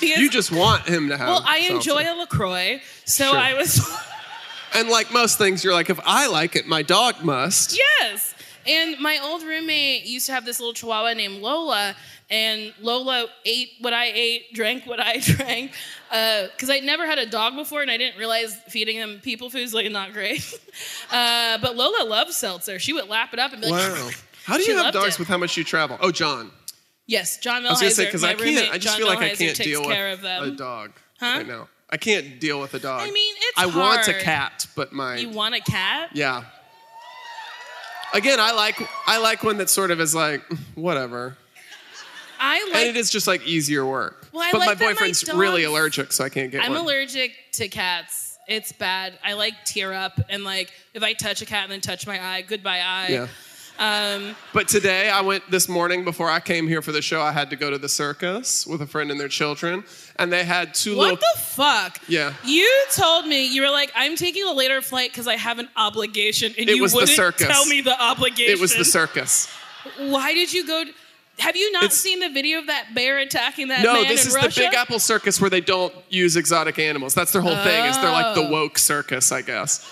S1: Because,
S2: You just want him to have.
S1: well, I enjoy
S2: seltzer.
S1: a LaCroix. So
S2: Sure.
S1: I was, (laughs)
S2: And like most things, you're like, if I like it, my dog must.
S1: yes. And my old roommate used to have this little chihuahua named Lola, and Lola ate what I ate, drank what I (laughs) drank, because I'd never had a dog before, and I didn't realize feeding them people food's like not great. (laughs) uh, but Lola loved seltzer. She would lap it up and be like,
S2: Wow. How do
S1: She
S2: you have
S1: loved
S2: dogs
S1: it.
S2: with how much you travel? Oh, John.
S1: "Yes, John
S2: I was gonna say
S1: Melheiser,
S2: because
S1: my
S2: I can't.
S1: roommate,
S2: I just
S1: John
S2: feel like I
S1: Melheiser
S2: can't
S1: takes
S2: deal with
S1: care of them.
S2: a dog
S1: Huh?
S2: right now. I can't deal with a dog.
S1: I mean, it's
S2: I want a
S1: hard.
S2: cat, but my
S1: You want a cat?
S2: yeah. Again, I like I like one that sort of is like whatever,
S1: I like.
S2: and it is just like easier work.
S1: Well, I
S2: but
S1: like that
S2: my
S1: my
S2: boyfriend's really
S1: dogs-
S2: allergic, so I can't get
S1: I'm
S2: one.
S1: allergic to cats. It's bad. I like tear up and like if I touch a cat and then touch my eye, goodbye eye.
S2: Yeah.
S1: Um,
S2: But today, I went this morning before I came here for the show. I had to go to the circus with a friend and their children, and they had two little.
S1: what the fuck?
S2: (laughs) Yeah.
S1: You told me you were like, I'm taking a later flight because I have an obligation, and
S2: It
S1: you
S2: was the
S1: wouldn't
S2: circus.
S1: tell me the obligation.
S2: it was the circus.
S1: Why did you go? Have you not
S2: It's-
S1: seen the video of that bear attacking that
S2: No,
S1: man
S2: this
S1: in
S2: is
S1: Russia?
S2: the Big Apple Circus where they don't use exotic animals. That's their whole thing. Is they're like the
S1: Oh.
S2: woke circus, I guess.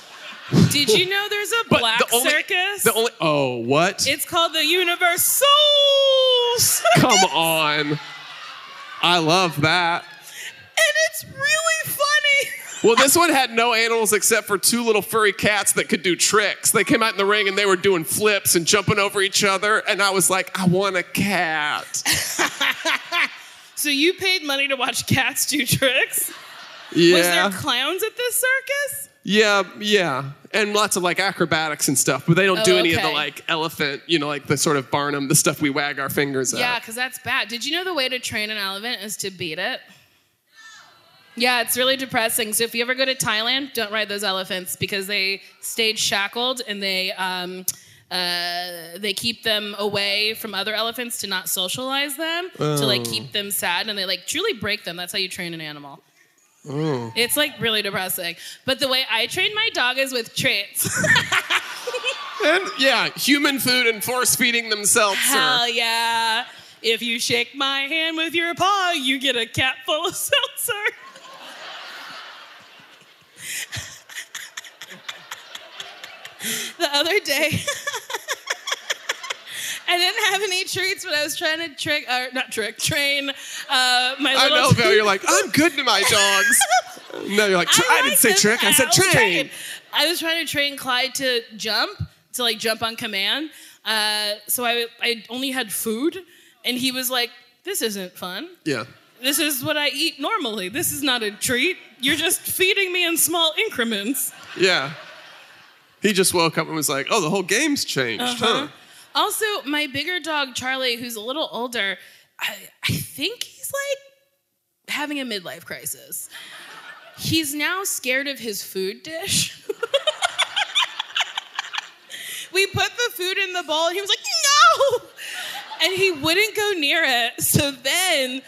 S1: Did you know there's a
S2: (laughs) But
S1: black
S2: the only,
S1: circus?
S2: The only. Oh, what?
S1: it's called the Universal Circus.
S2: Come on. I love
S1: (laughs)
S2: that.
S1: and it's really funny. (laughs)
S2: Well, this one had no animals except for two little furry cats that could do tricks. They came out in the ring and they were doing flips and jumping over each other, and I was like, I want a cat.
S1: So you paid money to watch cats do tricks? (laughs) Was
S2: Yeah.
S1: there clowns at this circus?
S2: yeah, yeah. And lots of like acrobatics and stuff, but they don't do
S1: Oh,
S2: any of the
S1: okay.
S2: like elephant, you know, like the sort of Barnum, the stuff we wag our fingers at.
S1: Yeah, because that's bad. Did you know the way to train an elephant is to beat it? Yeah, it's really depressing. So if you ever go to Thailand, don't ride those elephants because they stayed shackled and they um, uh, they keep them away from other elephants to not socialize them to like keep them sad and they like truly break them. That's how you train an animal. It's like really depressing. But the way I train my dog is with treats.
S2: And (laughs) yeah, human food and force feeding themselves. sir.
S1: Hell (laughs) yeah. If you shake my hand with your paw, you get a cap full of (laughs) seltzer. the other day, (laughs) I didn't have any treats, but I was trying to trick, or not trick, train uh, my
S2: I
S1: little.
S2: know, Val. You're like, I'm good to my
S1: (laughs)
S2: dogs. no, you're like, "Tr- I, didn't
S1: like
S2: say
S1: this.
S2: trick. I said
S1: was
S2: train.
S1: trained. I was trying to train Clyde to jump, to like jump on command. Uh, so I, I only had food, and he was like, "This isn't fun.
S2: Yeah.
S1: This is what I eat normally. This is not a treat. You're just feeding me in small increments."
S2: Yeah. He just woke up and was like, oh, the whole game's changed, huh?
S1: Also, my bigger dog Charlie, who's a little older, I, I think he's like having a midlife crisis. He's now scared of his food dish. (laughs) we put the food in the bowl, and he was like, "No!" And he wouldn't go near it. So then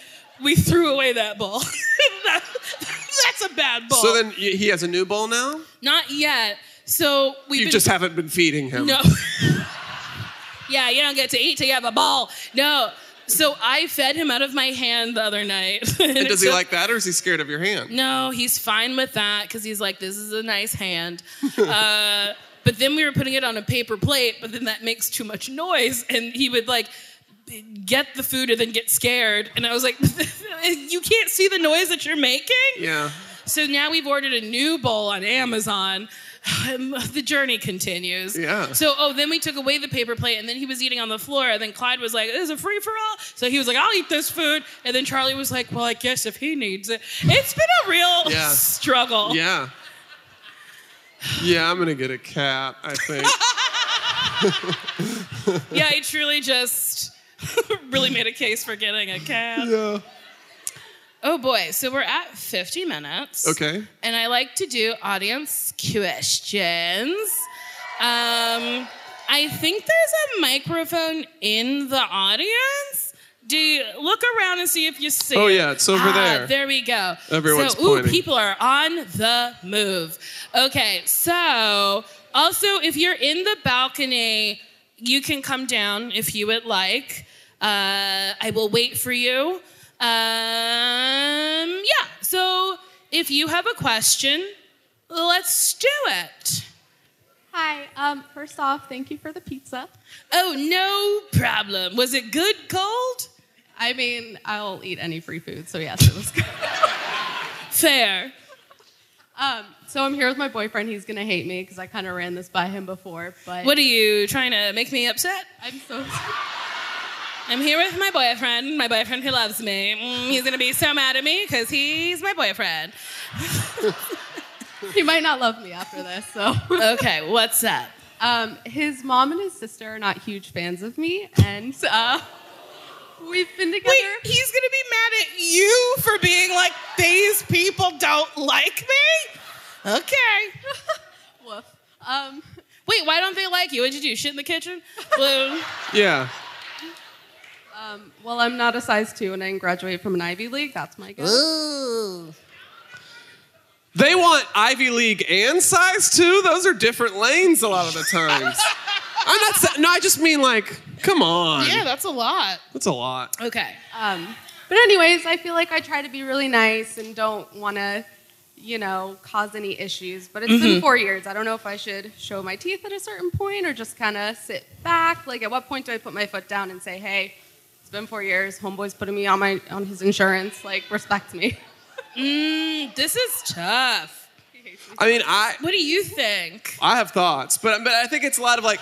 S1: we threw away that bowl. (laughs) That- that's a bad bowl.
S2: So then y- he has a new bowl now?
S1: Not yet. So we
S2: You just haven't been feeding him.
S1: no. (laughs) yeah, you don't get to eat till you have a ball. No. So I fed him out of my hand the other night. (laughs)
S2: And does
S5: (laughs)
S2: he like that or is he scared of your hand?
S1: No, he's fine with that because he's like, this is a nice hand. (laughs) uh, but then we were putting it on a paper plate, but then that makes too much noise, and he would like get the food and then get scared. And I was like, (laughs) you can't see the noise that you're making.
S2: Yeah.
S1: So now we've ordered a new bowl on Amazon. (sighs) the journey continues.
S2: Yeah. (laughs)
S1: So oh, then we took away the paper plate, and then he was eating on the floor. And then Clyde was like, "This is a free for all." So he was like, "I'll eat this food." And then Charlie was like, "Well, I guess if he needs it." It's been a real
S2: Yeah.
S1: struggle.
S2: Yeah. Yeah, I'm going to get a cat, I think.
S1: Yeah, I truly just really made a case for getting a cat.
S2: yeah.
S1: Oh boy. So we're at 50 minutes.
S2: Okay.
S1: and I like to do audience questions. Um, I think there's a microphone in the audience. Do you look around and see if you see?
S2: Oh,
S1: it.
S2: yeah, it's over
S1: Ah,
S2: there.
S1: There we go.
S2: Everyone's
S1: so, ooh,
S2: pointing.
S1: people are on the move. Okay, so also if you're in the balcony, you can come down if you would like. Uh, I will wait for you. Um, yeah. So if you have a question, let's do it.
S5: Hi. Um, first off, thank you for the pizza.
S1: Oh, no problem. Was it good cold?
S5: I mean, I'll eat any free food, so yes, it was good.
S1: Fair.
S5: Um, so I'm here with my boyfriend. He's gonna hate me because I kind of ran this by him before. But
S1: What are you trying to make me upset?
S5: I'm so (laughs)
S1: I'm here with my boyfriend, my boyfriend who loves me. Mm, he's gonna be so mad at me because he's my boyfriend.
S5: he might not love me after this. So
S1: (laughs) Okay, what's up?
S5: um, his mom and his sister are not huge fans of me, and uh, we've been together.
S6: Wait, he's gonna be mad at you for being like, these people don't like me? Okay.
S5: Woof. Um,
S1: (laughs) Wait, why don't they like you? What'd you do? Shit in the kitchen? Well,
S2: Yeah.
S5: um, (laughs) well, I'm not a size two, and I didn't graduate from an Ivy League. That's my guess.
S6: Ooh.
S2: They want Ivy League and size two. Those are different lanes a lot of the times. I'm not. sa- No, I just mean like, come on.
S6: Yeah, that's a lot.
S2: That's a lot.
S1: okay.
S5: Um, but anyways, I feel like I try to be really nice and don't want to, you know, cause any issues. But it's been four years. I don't know if I should show my teeth at a certain point or just kind of sit back. Like, at what point do I put my foot down and say, "Hey, it's been four years. Homeboy's putting me on my on his insurance. Like, respect me."
S1: Mm, this is tough.
S2: I mean, I
S1: What do you think?
S2: I have thoughts, but but I think it's a lot of like.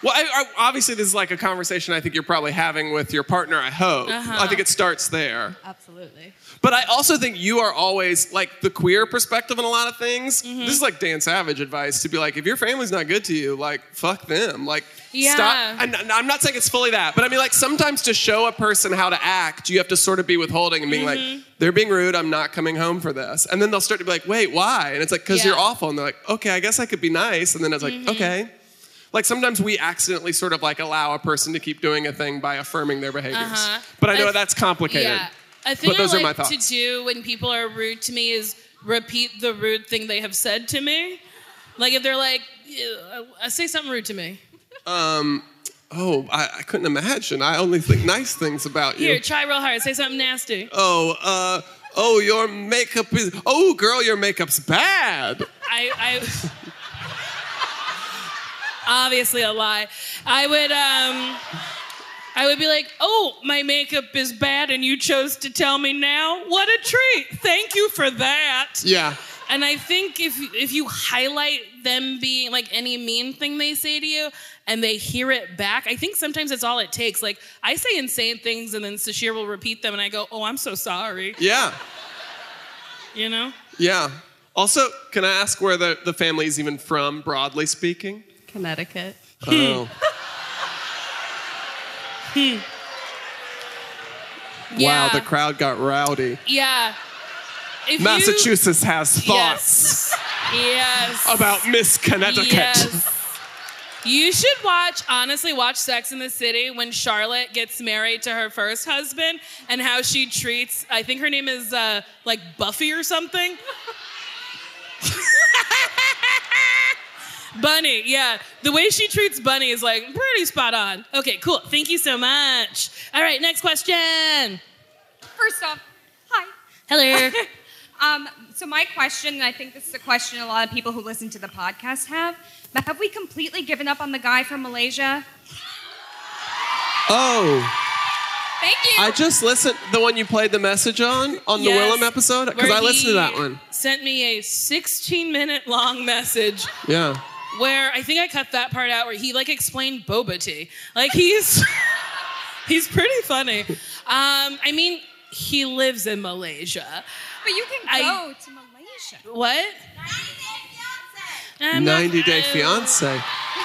S2: Well, I, I, obviously, this is like a conversation I think you're probably having with your partner. I hope. I think it starts there.
S5: Absolutely.
S2: But I also think you are always like the queer perspective on a lot of things.
S1: Mm-hmm.
S2: This is like Dan Savage advice to be like, if your family's not good to you, like fuck them. Like
S1: Yeah.
S2: stop. And and I'm not saying it's fully that, but I mean like sometimes to show a person how to act, you have to sort of be withholding and being
S1: Mm-hmm.
S2: like, they're being rude. I'm not coming home for this. And then they'll start to be like, wait, why? And it's like, because
S1: Yeah. Mm-hmm.
S2: you're awful. And they're like, okay, I guess I could be nice. And then it's like, okay. Like sometimes we accidentally sort of like allow a person to keep doing a thing by affirming their behaviors.
S1: Uh-huh.
S2: But I know
S1: I th-
S2: that's complicated.
S1: Yeah. A thing
S2: those
S1: I
S2: are my
S1: like to
S2: thoughts.
S1: do when people are rude to me is repeat the rude thing they have said to me. Like if they're like, "Ew," I say something rude to me.
S2: Oh, I, I couldn't imagine. I only think nice things about
S1: Here,
S2: you.
S1: try real hard. Say something nasty.
S2: Oh, uh, oh, your makeup is. Oh, girl, your makeup's bad.
S1: I, I obviously a lie. I would um I would be like, "Oh, my makeup is bad and you chose to tell me now. What a treat. Thank you for that."
S2: Yeah.
S1: And I think if if you highlight them being like any mean thing they say to you and they hear it back, I think sometimes that's all it takes. Like I say insane things and then Sashir will repeat them and I go, "Oh, I'm so sorry."
S2: Yeah.
S1: You know?
S2: Yeah. Also, can I ask where the, the family's even from, broadly speaking?
S5: Connecticut.
S1: Hmm.
S2: Oh. Wow,
S1: Hmm. yeah.
S2: the crowd got rowdy.
S1: Yeah. If you-
S2: Massachusetts has thoughts
S1: Yes. yes.
S2: about Miss Connecticut.
S1: Yes. You should watch, honestly, watch Sex in the City when Charlotte gets married to her first husband and how she treats, I think her name is uh, like Buffy or something. (laughs) Bunny, yeah. The way she treats Bunny is like pretty spot on. Okay, cool. Thank you so much. All right, next question.
S7: First off, hi.
S5: (laughs)
S1: Hello.
S7: Um, so my question, and I think this is a question a lot of people who listen to the podcast have, but have we completely given up on the guy from Malaysia?
S2: Oh.
S7: Thank you.
S2: I just listened the one you played the message on on the
S1: Yes.
S2: Willem episode because
S1: Where
S2: I listened to
S1: he
S2: that one.
S1: Sent me a 16 minute long message
S2: Yeah.
S1: where I think I cut that part out where he like explained boba tea. Like he's (laughs) he's pretty funny. Um, I mean, he lives in Malaysia.
S7: but you can
S1: I-
S7: go to Malaysia.
S1: What? I'm not-
S2: 90 Day
S1: (laughs)
S2: Fiance.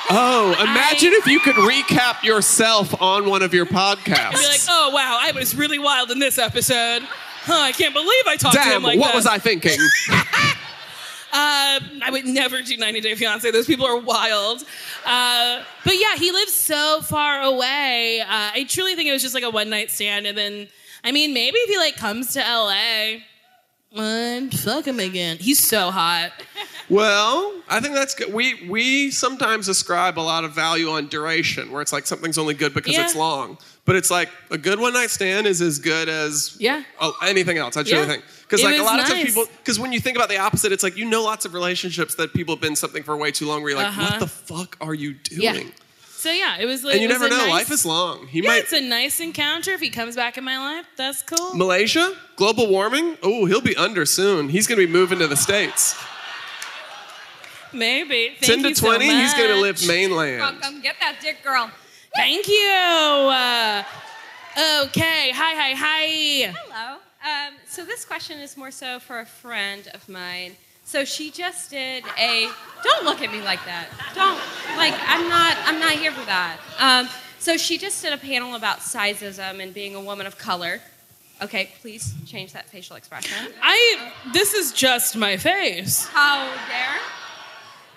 S2: Oh, imagine if you could recap yourself on one of your
S1: I'd be like,
S2: podcasts.
S1: oh wow, I was really wild in this episode. Huh, I can't believe I talked to
S2: Damn,
S1: him like
S2: what
S1: that.
S2: was
S1: (laughs)
S2: I thinking?
S1: Uh, I would never do 90 Day Fiance. Those people are wild. Uh, but yeah, he lives so far away. Uh, I truly think it was just like a one night stand. And then, I mean, maybe if he like comes to LA, I'd fuck him again. He's so hot.
S2: well, I think that's good. We we sometimes ascribe a lot of value on duration, where it's like something's only good because
S1: Yeah.
S2: it's long. But it's like a good one night stand is as good as
S1: Yeah.
S2: oh, anything else. I truly
S1: Yeah.
S2: think Because
S1: It
S2: like a
S1: was
S2: lot of times
S1: nice.
S2: people, because when you think about the opposite, it's like you know lots of relationships that people have been something for way too long. Where you're like, what
S1: Uh-huh.
S2: the fuck are you doing?
S1: Yeah. So yeah, it was like
S2: And you
S1: it was
S2: never
S1: a
S2: know.
S1: nice-
S2: Life is long. He
S1: Yeah,
S2: might
S1: it's a nice encounter. If he comes back in my life, that's cool.
S2: Malaysia, global warming. Oh, he'll be under soon. He's gonna be moving to
S1: (sighs)
S2: the states.
S1: Maybe. Thank
S2: Ten to
S1: you so
S2: twenty, he's gonna
S1: much.
S2: live mainland.
S7: Welcome. Get that dick, girl.
S1: Thank you. Uh, okay. Hi. Hi. Hi.
S8: Hello. Um, so this question is more so for a friend of mine. So she just did a. Don't look at me like that. Don't like. I'm not. I'm not here for that. Um, so she just did a panel about sizeism and being a woman of color. Okay, please change that facial expression.
S1: I. This is just my face.
S8: How dare?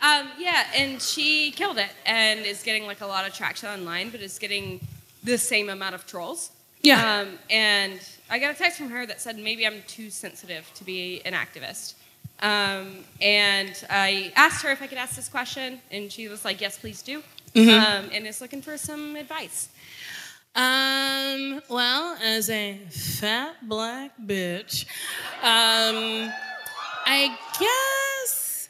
S8: Um, yeah, and she killed it and is getting like a lot of traction online, but is getting the same amount of trolls.
S1: Yeah.
S8: Um, and I got a text from her that said maybe I'm too sensitive to be an activist. Um, and I asked her if I could ask this question, and she was like, "Yes, please do."
S1: Mm-hmm.
S8: Um, and is looking for some advice.
S1: Um, well, as a fat black bitch, um, I guess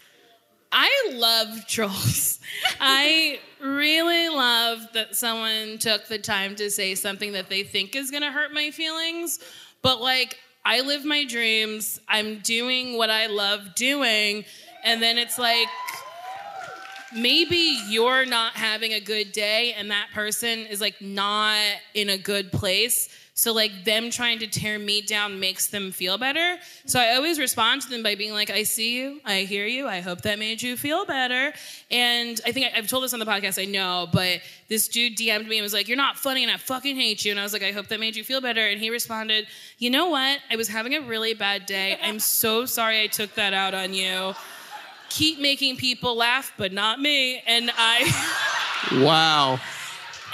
S1: I love (laughs) trolls. I really love that someone took the time to say something that they think is gonna hurt my feelings, but like, I live my dreams, I'm doing what I love doing, and then it's like, maybe you're not having a good day and that person is like not in a good place so like them trying to tear me down makes them feel better so i always respond to them by being like i see you i hear you i hope that made you feel better and i think I, i've told this on the podcast i know but this dude dm'd me and was like you're not funny and i fucking hate you and i was like i hope that made you feel better and he responded you know what i was having a really bad day i'm so sorry i took that out on you keep making people laugh, but not me. And I (laughs)
S2: Wow.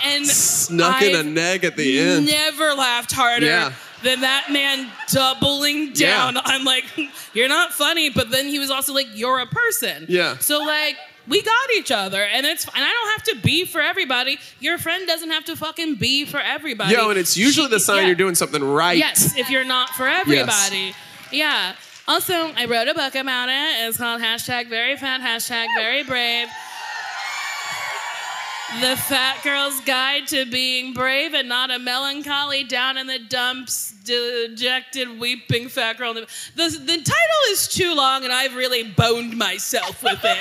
S1: and
S2: Snuck in a
S1: I've
S2: neg at the end.
S1: Never laughed harder
S2: Yeah.
S1: than that man doubling
S2: Yeah.
S1: down on like (laughs) you're not funny, but then he was also like you're a person.
S2: Yeah.
S1: So like we got each other, and it's and I don't have to be for everybody. Your friend doesn't have to fucking be for everybody.
S2: Yo, and it's usually the sign
S1: yeah.
S2: you're doing something right.
S1: Yes, if you're not for everybody. Yeah. Also, I wrote a book about it. It's called hashtag very fat, hashtag very brave. The Fat Girl's Guide to Being Brave and Not a Melancholy Down in the Dumps, Dejected Weeping Fat Girl. The, the title is too long and I've really boned myself with it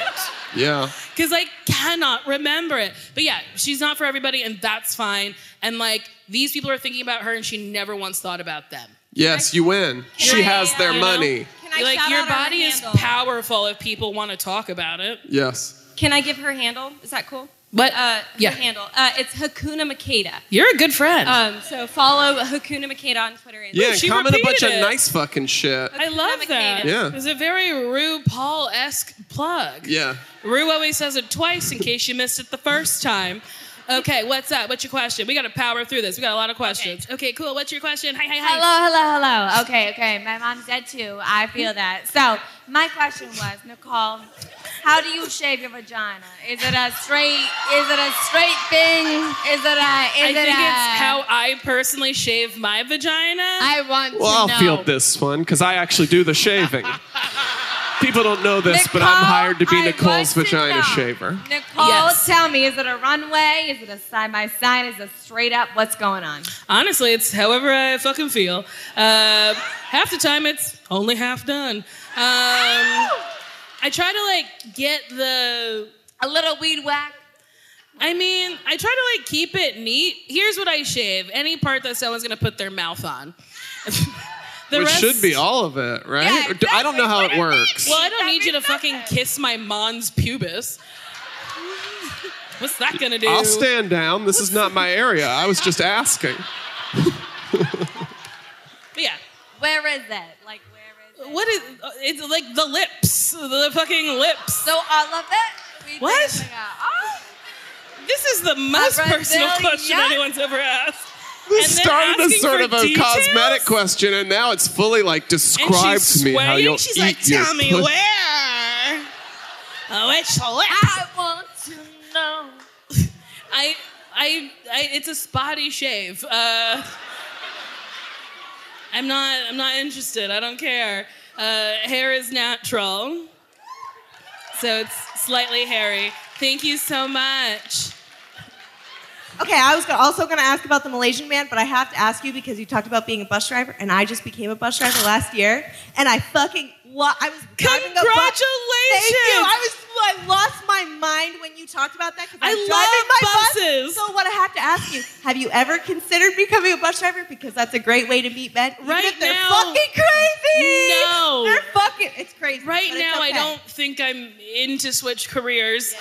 S2: Yeah.
S1: because I cannot remember it. But yeah, she's not for everybody, and that's fine. And like these people are thinking about her, and she never once thought about them.
S2: Yes, you win. She
S7: I,
S2: has their
S1: you know?
S2: money.
S7: Can I
S1: like
S7: shout
S1: your
S7: out her
S1: body is
S7: handle?
S1: powerful if people want to talk about it.
S2: Yes.
S8: Can I give her handle? Is that cool?
S1: But
S8: Uh, her
S1: yeah,
S8: handle. Uh, it's Hakuna Makeda.
S1: you're a good friend.
S7: Uh,
S8: Um, so follow Hakuna Makeda on Twitter and
S2: Yeah,
S1: she
S2: and comment a bunch
S1: repeated
S2: of
S1: it.
S2: nice fucking shit.
S1: I love
S8: Hakuna
S1: that.
S8: Makeda.
S2: Yeah.
S1: It was a very RuPaul esque plug.
S2: Yeah.
S1: Rue always says it twice in case you missed it the first time. Okay, what's up? What's your question? We got to power through this. We got a lot of questions. Okay, cool. What's your question? Hi, hi, hi.
S9: Hello, hello, hello. Okay, okay. My mom's dead too. I feel that. So my question was, Nicole, how do you shave your vagina? Is it a straight? Is it a straight thing? Is it a? Is
S1: I
S9: it
S1: think
S9: a,
S1: it's how I personally shave my vagina.
S9: I want
S2: Well, I'll
S9: to know.
S2: field this one because I actually do the shaving. People don't know this, but I'm
S9: Nicole,
S2: hired to be
S9: I want
S2: Nicole's
S9: to
S2: vagina
S1: uh,
S9: know.
S2: shaver.
S9: Nicole,
S1: Yes.
S9: tell me, is it a runway? Is it a side by side? Is it straight up? What's going on?
S1: Honestly, it's however I fucking feel. Uh, half the time, it's only half done. Um, I try to like get the.
S9: A little weed whack.
S1: I mean, I try to like keep it neat. Here's what I shave: any part that someone's gonna put their mouth on. (laughs) the
S2: Which
S1: rest
S2: should be all of it, right?
S9: Yeah,
S2: Or do- I don't know how it
S9: exactly.
S2: works.
S1: Well, I don't need you to fucking kiss my mons pubis. What's that gonna do?
S2: I'll stand down. This is not my area. I was just asking.
S1: But yeah.
S9: Where is it? Like where is it?
S1: What is? uh, It's like the lips, the fucking lips.
S9: So all of it. We did
S1: What?
S9: it. Oh.
S1: This is the most
S9: A
S1: personal
S9: Brazilian?
S1: question anyone's ever asked.
S2: This
S1: And they're
S2: started as
S1: asking
S2: sort
S1: for
S2: of a
S1: details?
S2: cosmetic question, and now it's fully like
S1: And
S2: describe
S1: she's
S2: to me
S1: swaying.
S2: how you'll
S1: she's
S2: eat
S1: like,
S2: your
S1: "Tell me
S2: pussy."
S1: where." Oh, it's lip.
S9: I want to know.
S1: (laughs) I, I, I, it's a spotty shave. Uh, I'm not. I'm not interested. I don't care. Uh, hair is natural, so it's slightly hairy. Thank you so much.
S10: Okay, I was go- also going to ask about the Malaysian man, but I have to ask you because you talked about being a bus driver, and I just became a bus driver last year, and I fucking lo- I was driving a bus. Thank you.
S6: Congratulations!
S10: I was I lost my mind when you talked about that because
S6: I
S10: I was
S6: love
S10: driving my
S6: buses.
S10: Bus. So what I have to ask you: Have you ever considered becoming a bus driver? Because that's a great way to meet men, even
S1: Right
S10: if they're
S1: now-
S10: fucking crazy.
S1: No.
S10: they're fucking. It's crazy.
S1: Right
S10: but it's
S1: now, I
S10: okay.
S1: don't think I'm in to switch careers.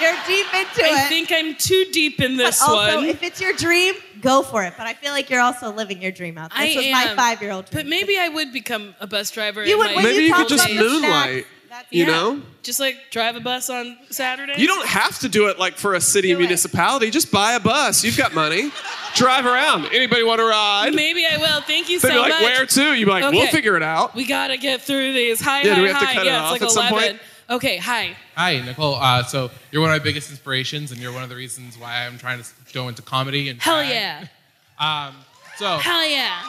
S10: You're deep into
S1: I
S10: it.
S1: think I'm too deep in this
S10: but also,
S1: one.
S10: if it's your dream, go for it. But I feel like you're also living your dream out. This
S1: I
S10: was
S1: am.
S10: my five-year-old dream.
S1: But maybe I would become a bus driver.
S10: You
S1: in
S10: would-
S1: my
S10: when
S2: Maybe you
S10: talk
S2: could just
S10: about the
S2: moonlight. You
S1: Yeah.
S2: know?
S1: Just like drive a bus on Saturday.
S2: You don't have to do it like for a city municipality. Just buy a bus. You've got money. Drive around. Anybody want to ride?
S1: Maybe I will. Thank you
S2: They'd
S1: so
S2: be like,
S1: much.
S2: where to? You'd be like, we'll
S1: Okay.
S2: figure it out.
S1: We gotta get through these. Hi,
S2: Yeah,
S1: hi,
S2: do we have to
S1: hi.
S2: cut it
S1: yeah,
S2: off
S1: it's like
S2: at some
S1: 11.
S2: point?
S1: Okay, hi.
S11: Hi, Nicole. Uh, so you're one of my biggest inspirations, and you're one of the reasons why I'm trying to s- go into comedy. And
S1: Hell
S11: drag.
S1: yeah.
S11: Um, so
S1: Hell yeah.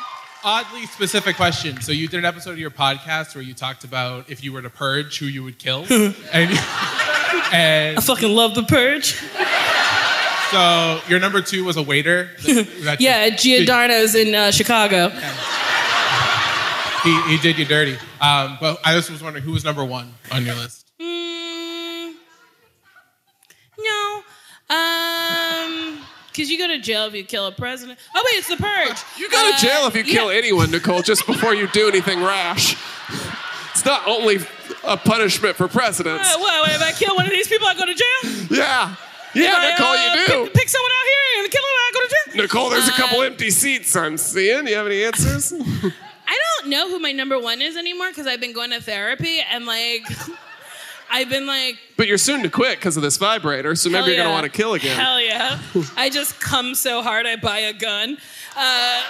S11: oddly specific question. So you did an episode of your podcast where you talked about if you were to purge, who you
S1: (laughs)
S11: would kill, and
S1: I
S11: and
S1: fucking love the purge.
S11: so your number two was a waiter. That's-
S1: Yeah, at Giordano's in uh, Chicago.
S11: he, he did you dirty. Um, but I just was wondering who was number one on your list.
S1: Mm, no. Um, because you go to jail if you kill a president. Oh, wait, it's the purge.
S2: (laughs) You go
S1: Uh,
S2: to jail if you kill
S1: yeah.
S2: anyone, Nicole, just before you do anything rash. It's not only a punishment for presidents.
S1: Uh, what, what, if I kill one of these people, I go to jail?
S2: Yeah. Yeah,
S1: If I, uh,
S2: Nicole, you
S1: Pick, Uh,
S2: do.
S1: pick someone out here and kill them, I go to jail?
S2: Nicole, there's a couple empty seats I'm seeing. You have
S1: (laughs)
S2: any answers?
S1: I don't know who my number one is anymore because I've been going to therapy and like (laughs) I've been like
S2: But you're soon to quit because of this vibrator, so maybe
S1: hell
S2: you're going
S1: yeah.
S2: to want to kill again.
S1: Hell yeah! I just come so hard I buy a gun. Uh, (laughs)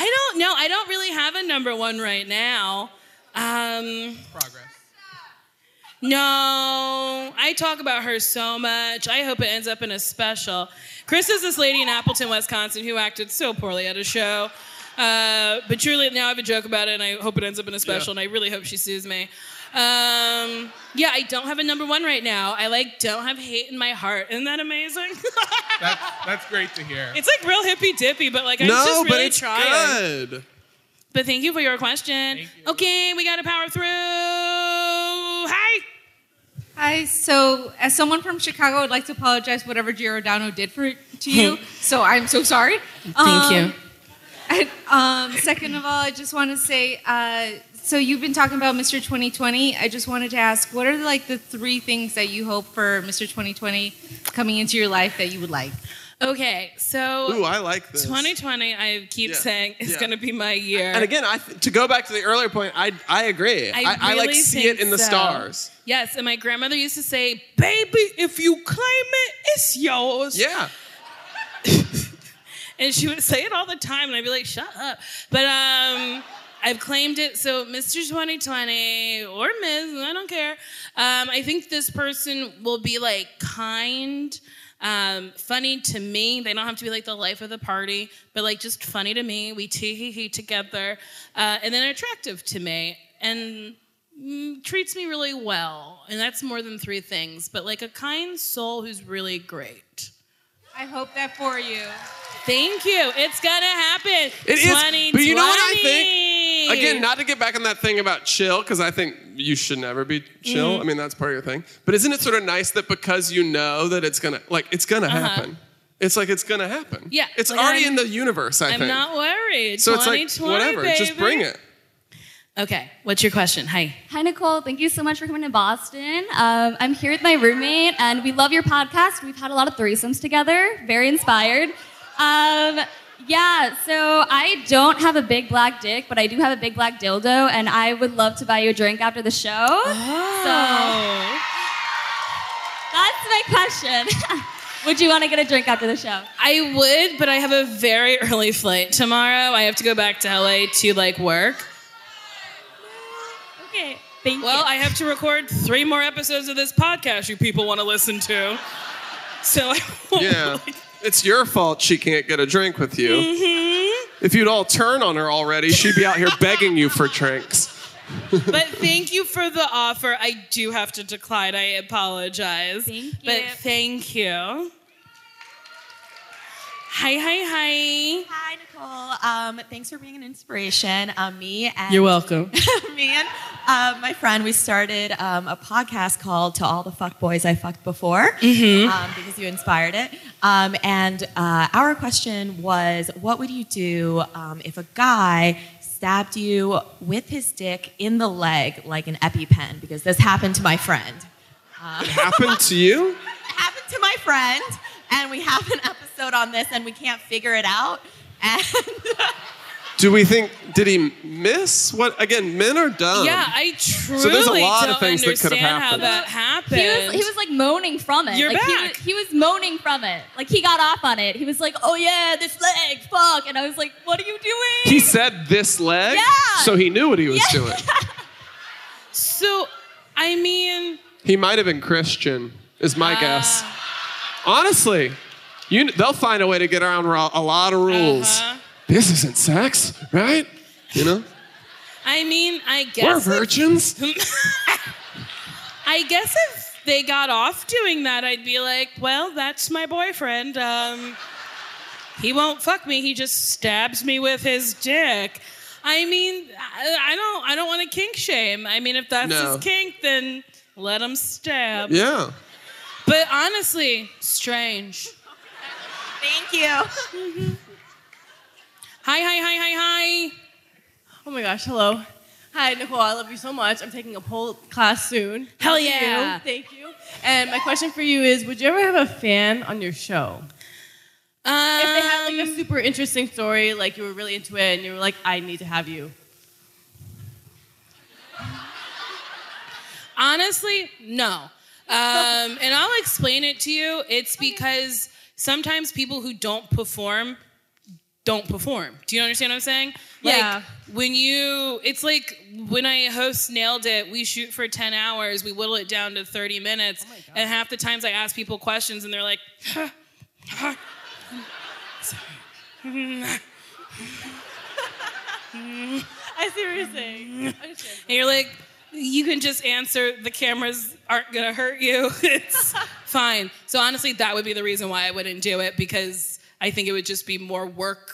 S1: I don't know. I don't really have a number one right now. Um,
S11: Progress.
S1: no, I talk about her so much. I hope it ends up in a special. Chris is this lady in Appleton, Wisconsin, who acted so poorly at a show. Uh, but truly, now I have a joke about it, and I hope it ends up in a special. And I really hope she sues me. Um, yeah, I don't have a number one right now. I like don't have hate in my heart. Isn't that amazing? (laughs)
S11: That's that's great to hear.
S1: it's like real hippy dippy, but like I'm
S2: no,
S1: just really
S2: but it's
S1: trying.
S2: good.
S1: But thank you for your question. Okay, we got to power through. Hi.
S7: Hi. So, as someone from Chicago, I'd like to apologize for whatever Giordano did for to you.
S10: (laughs)
S7: so I'm so sorry. Um,
S1: Thank you.
S7: And, um, second of all, I just want to say, uh, so you've been talking about Mr. 2020. I just wanted to ask, what are like the three things that you hope for Mr. 2020 coming into your life that you would like?
S1: Okay, so
S2: Ooh, I like this.
S1: 2020, I keep
S2: Yeah,
S1: saying is
S2: yeah.
S1: going to be my year.
S2: And again, I th- to go back to the earlier point, I I agree. I, I like
S1: really
S2: see it
S1: think
S2: in the
S1: so.
S2: stars.
S1: Yes, and my grandmother used to say, "Baby, if you claim it, it's yours."
S2: Yeah.
S1: And she would say it all the time, and I'd be like, "Shut up!" But um, I've claimed it. So, Mr. 2020 or Ms. I don't care. Um, I think this person will be like kind. Um, funny to me. They don't have to be like the life of the party, but like just funny to me. We tee hee hee together, uh, and then attractive to me. And mm, treats me really well. And that's more than three things, but like a kind soul who's really great.
S7: I hope that for you.
S1: Thank you. It's gonna happen.
S2: It is. But you know what I think?
S1: 2020.
S2: Again, not to get back on that thing about chill, because I think you should never be chill.
S1: Mm-hmm.
S2: I mean, that's part of your thing. But isn't it sort of nice that because you know that it's gonna like it's gonna happen, it's like it's gonna happen.
S1: Uh-huh. Yeah,
S2: It's
S1: like
S2: already
S1: I'm-
S2: in the universe. I
S1: I'm
S2: think.
S1: not worried.
S2: so it's
S1: 2020,
S2: like whatever. Just
S1: baby.
S2: bring
S1: (laughs)
S2: it.
S1: Okay. What's your question? Hi.
S12: Hi, Nicole. Thank you so much for coming to Boston. Um, I'm here with my roommate, and we love your podcast. We've had a lot of threesomes together, very inspired. Um, yeah, so I don't have a big black dick, but I do have a big black dildo, and I would love to buy you a drink after the show. So
S1: Oh.
S12: that's my (laughs) question. would you want to get a drink after the show?
S1: I would, but I have a very (laughs) early flight tomorrow. I have to go back to LA to like work.
S12: Okay, thank
S1: Well,
S12: you.
S1: I have to record three more episodes of this podcast you people want to listen to. So I (laughs) won't
S2: Yeah. it's your fault she can't get a drink with you.
S1: Mhm.
S2: If you'd all turn on her already, she'd be out here begging you for drinks.
S1: but thank you for the offer. I do have to decline. I apologize. Thank you. But thank you. Hi, hi, hi.
S13: Hi, Nicole. Um, thanks for being an inspiration. Um, me and
S1: You're welcome.
S13: (laughs) me and uh, my friend, we started um, a podcast called "To All the Fuck Boys I Fucked Before"
S12: Mm-hmm.
S1: Mhm.
S13: um, because you inspired it. Um, and uh, our question was, what would you do um, if a guy stabbed you with his dick in the leg like an EpiPen? Because this happened to my friend. Uh,
S2: Happened to you?
S13: happened to my friend, and we have an episode on this, and we can't figure it out. And
S2: Do we think did he miss? What again? Men are dumb.
S1: yeah, I truly
S2: So there's a lot
S1: don't
S2: of things that could
S1: understand
S2: have
S1: how
S2: happened.
S1: that happened.
S12: (laughs) He was, he was like moaning from it.
S1: You're
S12: like,
S1: back.
S12: He was, he was moaning from it. Like he got off on it. He was like, "Oh yeah, this leg, fuck," and I was like, "What are you doing?" (laughs)
S2: He said this leg, so he knew what he was doing.
S1: so, I mean,
S2: He might have been Christian, is my
S14: Ah.
S2: guess. Honestly, you they'll find a way to get around ro- a lot of rules.
S14: Uh-huh.
S2: This isn't sex, right? You know,
S1: I mean, I guess
S2: we're
S1: if-
S2: virgins.
S1: (laughs) I guess if they got off doing that, I'd be like, well, that's my boyfriend. Um, he won't fuck me. He just stabs me with his dick. I mean, I, I don't. I don't want to kink shame. I mean, if that's
S2: No.
S1: his kink, then let him stab.
S2: yeah.
S1: But honestly, strange. Thank you. Hi, hi, hi, hi, hi.
S15: Oh my gosh, hello. Hi, Nicole, I love you so much. I'm taking a pole class soon.
S1: Hell
S15: Love you.
S1: yeah.
S15: Thank you. And my question for you is Would you ever have a fan on your show? if they had
S1: Um,
S15: like a super interesting story, like you were really into it and you were like, I need to have you.
S1: Honestly, no. Um, and I'll explain it to you. It's because sometimes people who don't perform don't perform. Do you understand what I'm saying? Like,
S13: Yeah.
S1: When you, it's like when I host Nailed It, we shoot for 10 hours, we whittle it down to 30 minutes. and half the times I ask people questions and they're like,
S15: I see what you're saying. Understand.
S1: And you're like, you can just answer. The cameras aren't gonna hurt you. (laughs) It's fine. So honestly, that would be the reason why I wouldn't do it because I think it would just be more work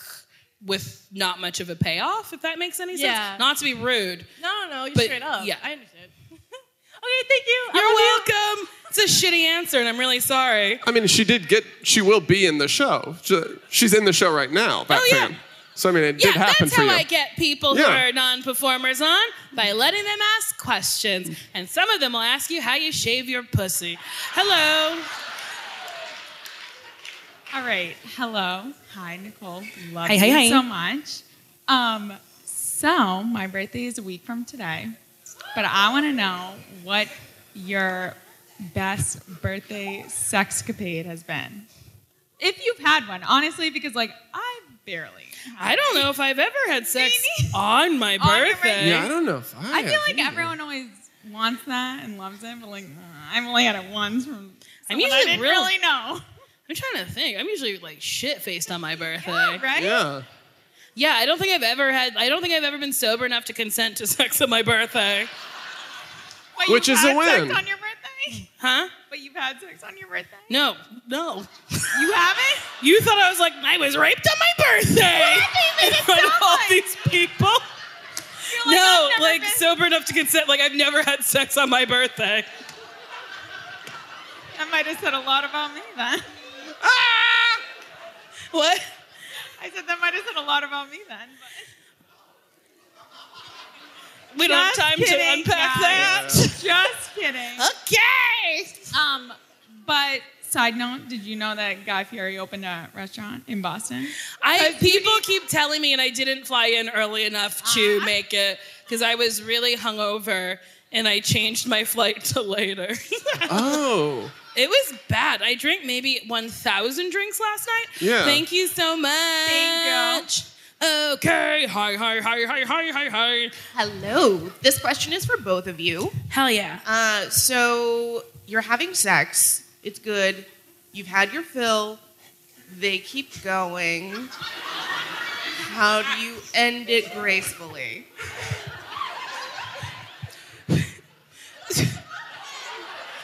S1: with not much of a payoff. If that makes any
S15: Yeah.
S1: sense. Not to be rude.
S15: No, no, no, you're
S1: But,
S15: straight up.
S1: yeah. (laughs)
S15: I understand. okay, thank you. I
S1: You're
S15: love you.
S1: welcome. It's a shitty answer, and I'm really sorry.
S2: I mean, she did get. She will be in the show. She- She's in the show right now.
S14: Oh,
S2: Bat
S1: yeah.
S2: Fam. So I mean, it
S1: Yeah,
S2: did happen
S1: that's
S2: for
S1: how
S2: you.
S1: I get people who
S2: Yeah.
S1: are non-performers on by letting them ask questions, and some of them will ask you how you shave your pussy. Hello.
S14: All right. Hello. Hi, Nicole. Love
S1: Hi,
S14: you
S1: hi, hi.
S14: so much. Um, so my birthday is a week from today, but I want to know what your best birthday sexcapade has been, if you've had one. Honestly, because like I barely.
S1: I don't know if I've ever had sex on my
S14: On your
S1: birthday.
S14: Yeah, I don't
S2: know if
S14: I feel like everyone always wants that and loves it, but like I've only had it once from.
S1: I'm
S14: someone
S1: usually
S14: I didn't
S1: real-
S14: really know.
S1: I'm trying to think. I'm usually like shit faced on my birthday.
S14: right? Yeah.
S1: Yeah, I don't think I've ever had. I don't think I've ever been sober enough to consent to (laughs) sex on my birthday.
S14: Wait,
S2: Which
S14: you've
S2: is a
S14: had sex
S2: win.
S14: on your birthday?
S1: Huh?
S14: But you've had sex on your birthday?
S1: No, no.
S14: You haven't?
S1: (laughs) You thought I was like I was raped on my birthday in front of all these people. no, like sober enough to consent. Like I've never had sex on my birthday.
S14: That might have said a lot about me then.
S1: What?
S14: I said that might have said a lot about me then.
S1: We don't have
S14: Just
S1: time to
S14: kidding,
S1: unpack
S14: guys. (laughs)
S1: that.
S14: Just kidding. Okay. Um, but side note, did you know that Guy Fieri opened a restaurant in Boston?
S1: I people keep telling me, and I didn't fly in early enough to make it because I was really hungover, and I changed my flight to later. (laughs)
S2: Oh.
S1: it was bad. I drank maybe one thousand drinks last night.
S2: Yeah.
S1: Thank you so much. Thank you. Okay. Hi. Hi. Hi. Hi. Hi. Hi. Hi.
S16: Hello. This question is for both of you.
S1: Hell yeah.
S16: Uh, so you're having sex. It's good. You've had your fill. They keep going. How do you end it gracefully?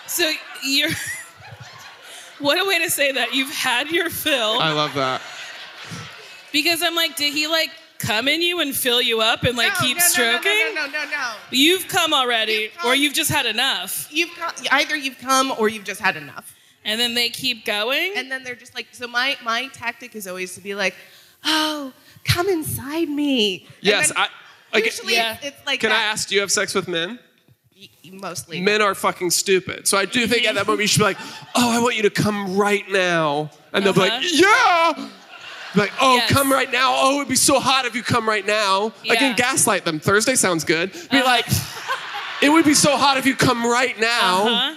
S1: So you're. What a way to say that. You've had your fill.
S2: I love that.
S1: Because I'm like, did he like come in you and fill you up and like
S16: No,
S1: keep
S16: no, no, no, no,
S1: stroking?
S16: No, no, no, no. no.
S1: You've come already, or you've just had enough.
S16: You've come, either you've come or you've just had enough.
S1: And then they keep going.
S16: And then they're just like, so my my tactic is always to be like, oh, come inside me. And
S2: Yes,
S16: then
S2: I. like-
S16: usually it's, it's like
S2: Can I
S16: that,
S2: ask? Do you have sex with men?
S16: mostly.
S2: Men are fucking stupid. So I do think at that moment you should be like, "Oh, I want you to come right now," and they'll be like, "Yeah." Be Like, oh,
S17: Yes.
S2: come right now. Oh, it'd be so hot if you come right now.
S17: Yeah.
S2: Again, gaslight them. Thursday sounds good. Be like, it would be so hot if you come right now.
S1: Uh-huh.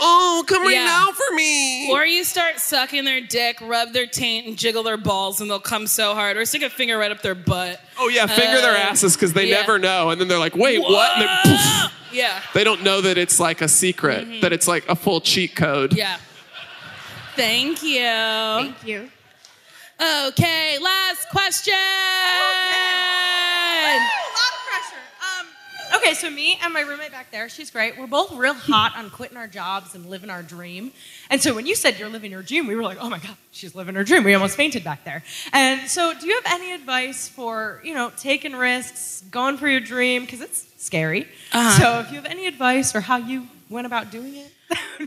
S2: Oh, come right
S1: Yeah.
S2: now for me.
S1: Or you start sucking their dick, rub their taint, and jiggle their balls, and they'll come so hard. Or stick a finger right up their butt.
S2: Oh yeah, finger their asses because they
S1: yeah.
S2: never know, and then they're like, "Wait, what?" And they're- poof.
S1: Yeah.
S2: they don't know that it's like a secret, that it's like a full cheat code.
S1: Yeah. Thank you. Thank
S16: you.
S1: Okay, last question.
S18: Okay, so me and my roommate back there, she's great. We're both real hot on quitting our jobs and living our dream. And so when you said you're living your dream, we were like, oh my God, she's living her dream. We almost fainted back there. And so do you have any advice for, you know, taking risks, going for your dream? Because it's scary.
S1: Uh-huh.
S18: So if you have any advice for how you went about doing it,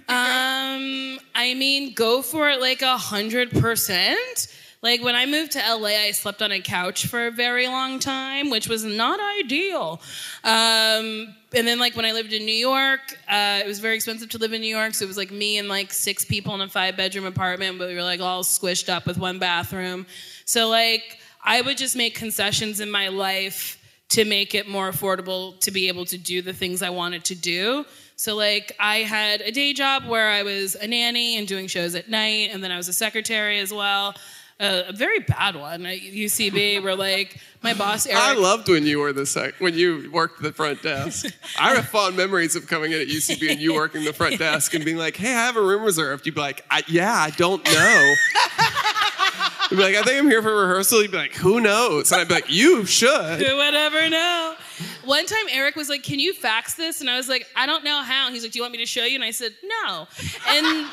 S1: Um, I mean, go for it like a hundred percent. Like when I moved to LA, I slept on a couch for a very long time, which was not ideal. Um, and then like when I lived in New York, uh, it was very expensive to live in New York, so it was like me and like six people in a five-bedroom apartment, but we were like all squished up with one bathroom. So like I would just make concessions in my life to make it more affordable to be able to do the things I wanted to do. So like I had a day job where I was a nanny and doing shows at night, and then I was a secretary as well. Uh, a very bad one at UCB, where like my boss Eric.
S2: I
S1: (laughs)
S2: loved when you were the sec- when you worked the front desk. I have fond memories of coming in at UCB and you working the front desk and being like, "Hey, I have a room reserved." You'd be like, I, "Yeah, I don't
S1: (laughs)
S2: know." You'd be like, "I think I'm here for rehearsal." You'd be like, "Who knows?" And I'd be like, "You should."
S1: (laughs) Who would ever know? One time Eric was like, Can you fax this? And I was like, I don't know how. And he's like, Do you want me to show you? And I said, No. And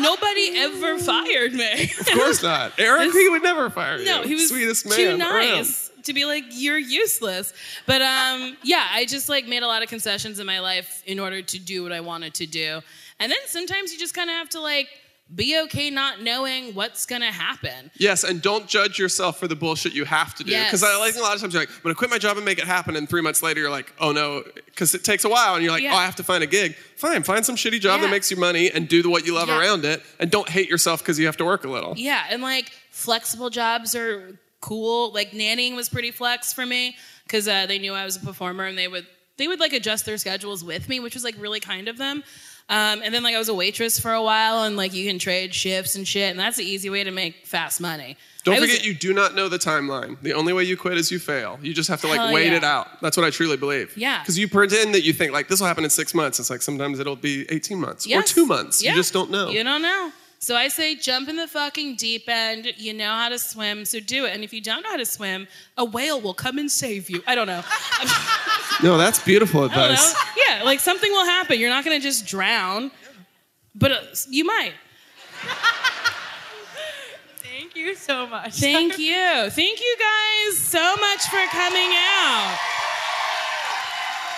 S1: nobody ever fired me. (laughs)
S2: Of course not, Eric. He would never fire you.
S1: No, he was
S2: sweetest man.
S1: too
S2: around.
S1: nice to be like you're useless. But um, yeah, I just like made a lot of concessions in my life in order to do what I wanted to do. And then sometimes you just kind of have to like be okay not knowing what's gonna happen.
S2: Yes, and don't judge yourself for the bullshit you have to do.
S1: Yes.
S2: Because I like a lot of times you're like, I'm gonna quit my job and make it happen, and three months later you're like, oh no, because it takes a while, and you're like,
S1: Yeah.
S2: oh, I have to find a gig. Fine, find some shitty job
S1: Yeah.
S2: that makes you money and do the what you love
S1: Yeah.
S2: around it, and don't hate yourself because you have to work a little.
S1: Yeah, and like flexible jobs are cool. Like nannying was pretty flex for me because uh, they knew I was a performer and they would they would like adjust their schedules with me, which was like really kind of them. Um, and then like I was a waitress for a while, and like you can trade shifts and shit, and that's the easy way to make fast money.
S2: Don't
S1: I was-
S2: forget, you do not know the timeline. The only way you quit is you fail. You just have to like
S1: Hell
S2: wait
S1: yeah.
S2: it out. That's what I truly believe.
S1: Yeah.
S2: Because you pretend that you think like this will happen in six months. It's like sometimes it'll be 18
S1: (laughs)
S2: months
S1: Yes.
S2: or two months.
S1: Yeah.
S2: You just don't know.
S1: You don't know. So I say jump in the fucking deep end. You know how to swim, so do it. And if you don't know how to swim, a whale will come and save you. I don't know.
S2: No, that's beautiful
S1: I don't
S2: advice.
S1: know. Yeah, like something will happen. You're not going to just drown, but uh, you might.
S18: thank you so much. (laughs)
S1: Thank you. Thank you guys so much for coming out.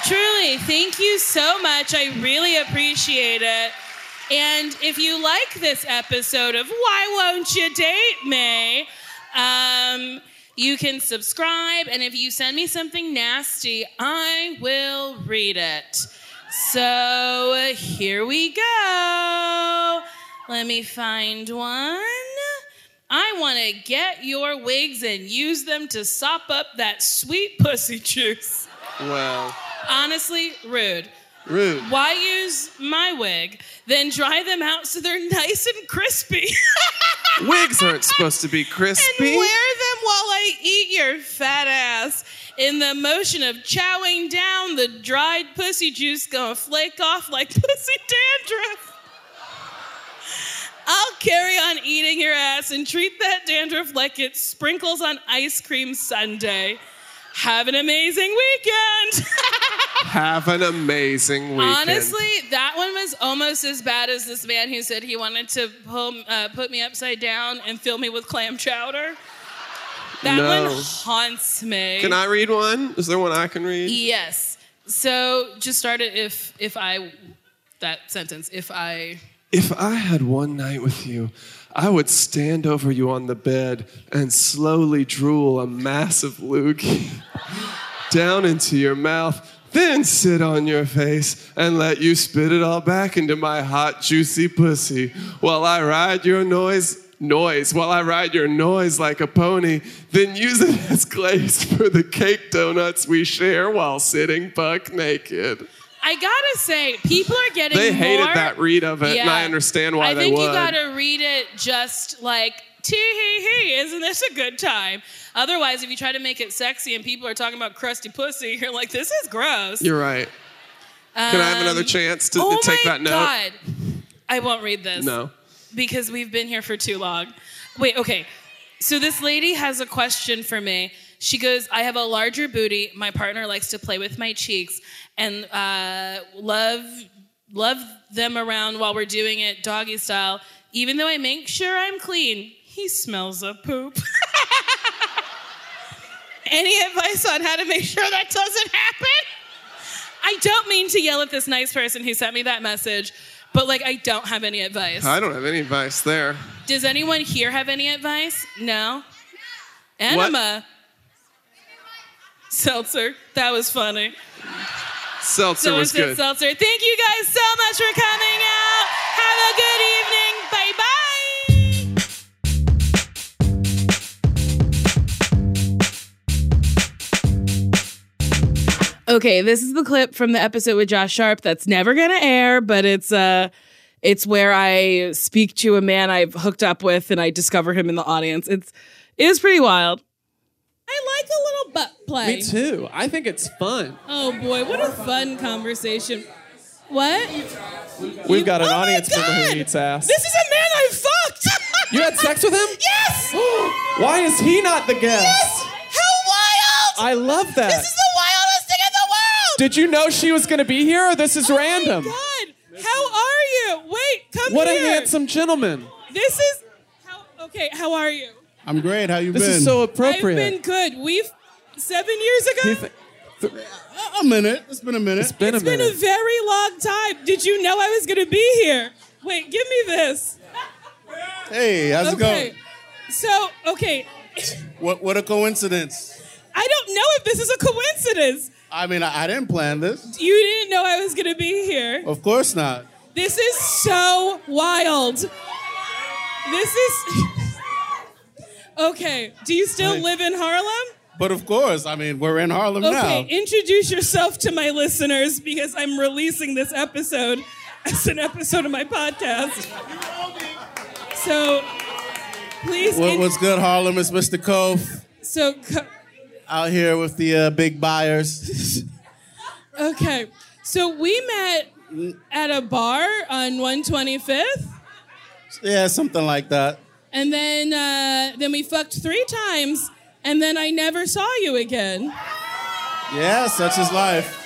S1: Truly, thank you so much. I really appreciate it. And if you like this episode of Why Won't You Date Me? Um, you can subscribe, and if you send me something nasty, I will read it. So here we go. Let me find one. I want to get your wigs and use them to sop up that sweet pussy juice.
S2: Wow.
S1: Honestly, rude.
S2: Rude.
S1: Why use my wig? Then dry them out so they're nice and crispy. (laughs)
S2: Wigs aren't supposed to be crispy.
S1: and wear them while I eat your fat ass. In the motion of chowing down, the dried (laughs) pussy juice gonna flake off like pussy dandruff. I'll carry on eating your ass and treat that dandruff like it's sprinkles on ice cream sundae. Have an amazing weekend. (laughs)
S2: Have an amazing weekend.
S1: Honestly, that one was almost as bad as this man who said he wanted to pull, uh, put me upside down and fill me with clam chowder. That
S2: No.
S1: one haunts me.
S2: Can I read one? Is there one I can read?
S1: Yes. So just start it if if I that sentence if I
S2: If I had one night with you, I would stand over you on the bed and slowly drool a massive loogie (laughs) down into your mouth, then sit on your face and let you spit it all back into my hot, juicy pussy while I ride your noise. Noise while I ride your noise like a pony, then use it (laughs) as glaze for the cake donuts we share while sitting buck naked.
S1: I gotta say people are getting
S2: They hated
S1: more-
S2: that read of it, and I
S1: Yeah.
S2: understand why
S1: I
S2: they
S1: think
S2: would.
S1: you gotta read it just like tee hee hee. Isn't this a good time? Otherwise, if you try to make it sexy and people are talking about crusty pussy, (laughs) you're like, this is gross.
S2: You're right. Can I have another
S1: Um,
S2: chance to,
S1: oh
S2: to take
S1: my
S2: that note?
S1: God. I won't read this.
S2: No.
S1: Because we've been here for too long. Wait, okay. So this lady has a question for me. She goes, I have a larger booty. My partner likes to play with my cheeks and uh, love love them around while we're doing it doggy style. Even though I make sure I'm clean, he smells a poop. (laughs) Any advice on how to make sure that doesn't happen? I don't mean to yell at this nice person who sent me that message, but like I don't have any advice.
S2: I don't have any advice there.
S1: Does anyone here have any advice? No? Enema. Seltzer. That was funny.
S2: Seltzer
S1: Someone
S2: was
S1: said
S2: good.
S1: Seltzer. Thank you guys so much for coming out. Have a good evening. Bye bye. Okay, this is the clip from the episode with Josh Sharp that's never gonna air, but it's uh it's where I speak to a man I've hooked up with and I discover him in the audience. It's it is pretty wild. I like a little butt play.
S17: Me too. I think it's fun.
S1: Oh boy, what a fun conversation. What?
S17: We've got an audience member who eats ass.
S1: Oh This is a man I (laughs) fucked!
S17: You had sex with him?
S6: Yes!
S17: Why is he not the guest?
S6: How wild!
S17: I love that.
S6: This is the wildest thing in the world!
S17: Did you know she was going to be here, or this is random?
S1: How are you? Wait, come
S17: What
S1: here.
S17: a handsome gentleman.
S1: This is how okay, how are you?
S19: I'm great. How you
S17: This
S19: been?
S17: is so
S1: I've been good. We've seven years ago.
S19: uh, a minute. It's been a minute. It's been
S1: It's been a very long time. Did you know I was going to be here? Wait, give me this.
S19: hey, how's it
S1: okay.
S19: going?
S1: So, okay,
S19: What what a coincidence.
S1: I don't know if this is a coincidence.
S19: I mean, I, I didn't plan this.
S1: You didn't know I was going to be here.
S19: Of course not.
S1: This is so wild. This is. (laughs) okay, do you still
S19: Wait.
S1: live in Harlem?
S19: But of course, I mean, we're in Harlem
S1: Okay, introduce yourself to my listeners because I'm releasing this episode as an episode of my podcast. So, please.
S19: now. What, what's good, Harlem? It's Mr. Cove
S1: So, co-
S19: out here with the uh, big buyers. (laughs)
S1: okay. So we met at a bar on 125th,
S19: yeah, something like that.
S1: and then uh, then we fucked three times, and then I never saw you again.
S19: Yeah, such is life.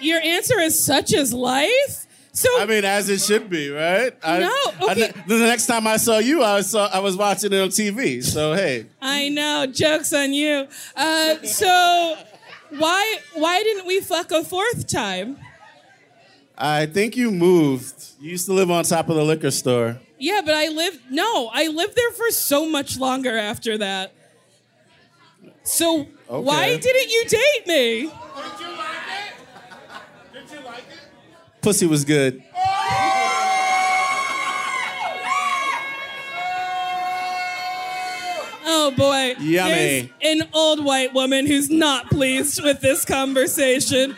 S1: Your answer is such as life. So
S19: I mean, as it should be, right? I,
S1: No,
S19: I ne- the next time I saw you, I saw I was watching it on TV. So hey,
S1: I know, jokes on you. Uh, so why why didn't we fuck a fourth time?
S19: I think you moved. You used to live on top of the liquor store.
S1: Yeah, but I lived no, I lived there for so much longer after that. So why
S19: Okay.
S1: didn't you date me?
S19: Pussy was good.
S1: Oh boy.
S19: Yummy.
S1: There's an old white woman who's not pleased with this conversation.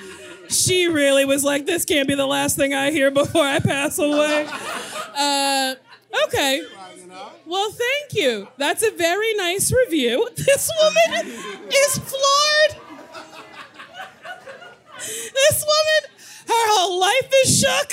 S1: She really was like, this can't be the last thing I hear before I pass away. Uh, okay. Well, thank you. That's a very nice review. (laughs) This woman is floored. This woman, her whole life is shook.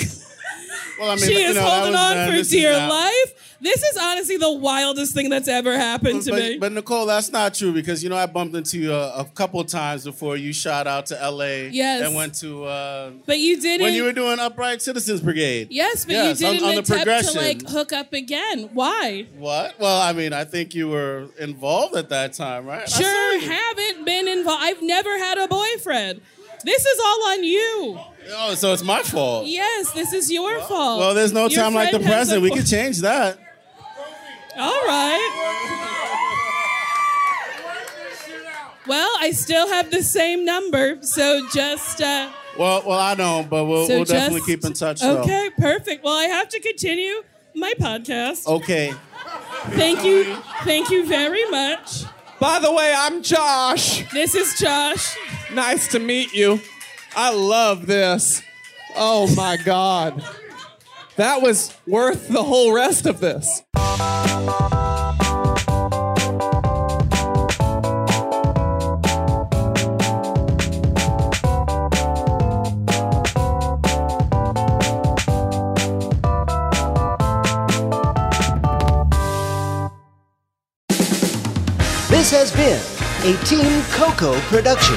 S19: Well, I mean,
S1: she
S19: you
S1: is
S19: know, that
S1: holding
S19: was,
S1: on
S19: uh,
S1: for
S19: this is
S1: dear
S19: not-
S1: life. This is honestly the wildest thing that's ever happened to
S19: but,
S1: me.
S19: but Nicole, that's not true because you know I bumped into you a, a couple times before you shot out to L.A.
S1: Yes.
S19: and went to uh,
S1: But you didn't.
S19: when you were doing Upright Citizens Brigade.
S1: yes, but
S19: Yes,
S1: you
S19: on-
S1: didn't
S19: on the
S1: attempt to
S19: progression.
S1: like hook up again. Why?
S19: What? Well, I mean, I think you were involved at that time, right? I saw
S1: Sure,
S19: you.
S1: haven't been involved. I've never had a boyfriend. This is all on you.
S19: Oh, so it's my fault.
S1: Yes, this is your fault.
S19: Well, there's no
S1: Your
S19: time like the
S1: friend has a
S19: present. We
S1: boy-
S19: could change that.
S1: All right. Well, I still have the same number, so just uh,
S19: Well, well, I don't, but we'll,
S1: So
S19: we'll definitely
S1: just-
S19: keep in touch. Though.
S1: okay, perfect. Well, I have to continue my
S2: Oh,
S1: podcast.
S19: Okay.
S1: Thank you, thank you very much.
S2: By the way, I'm Josh.
S1: This is Josh.
S2: Nice to meet you. I love this. Oh my God. That was worth the whole rest of this.
S20: This has been a Team Coco production.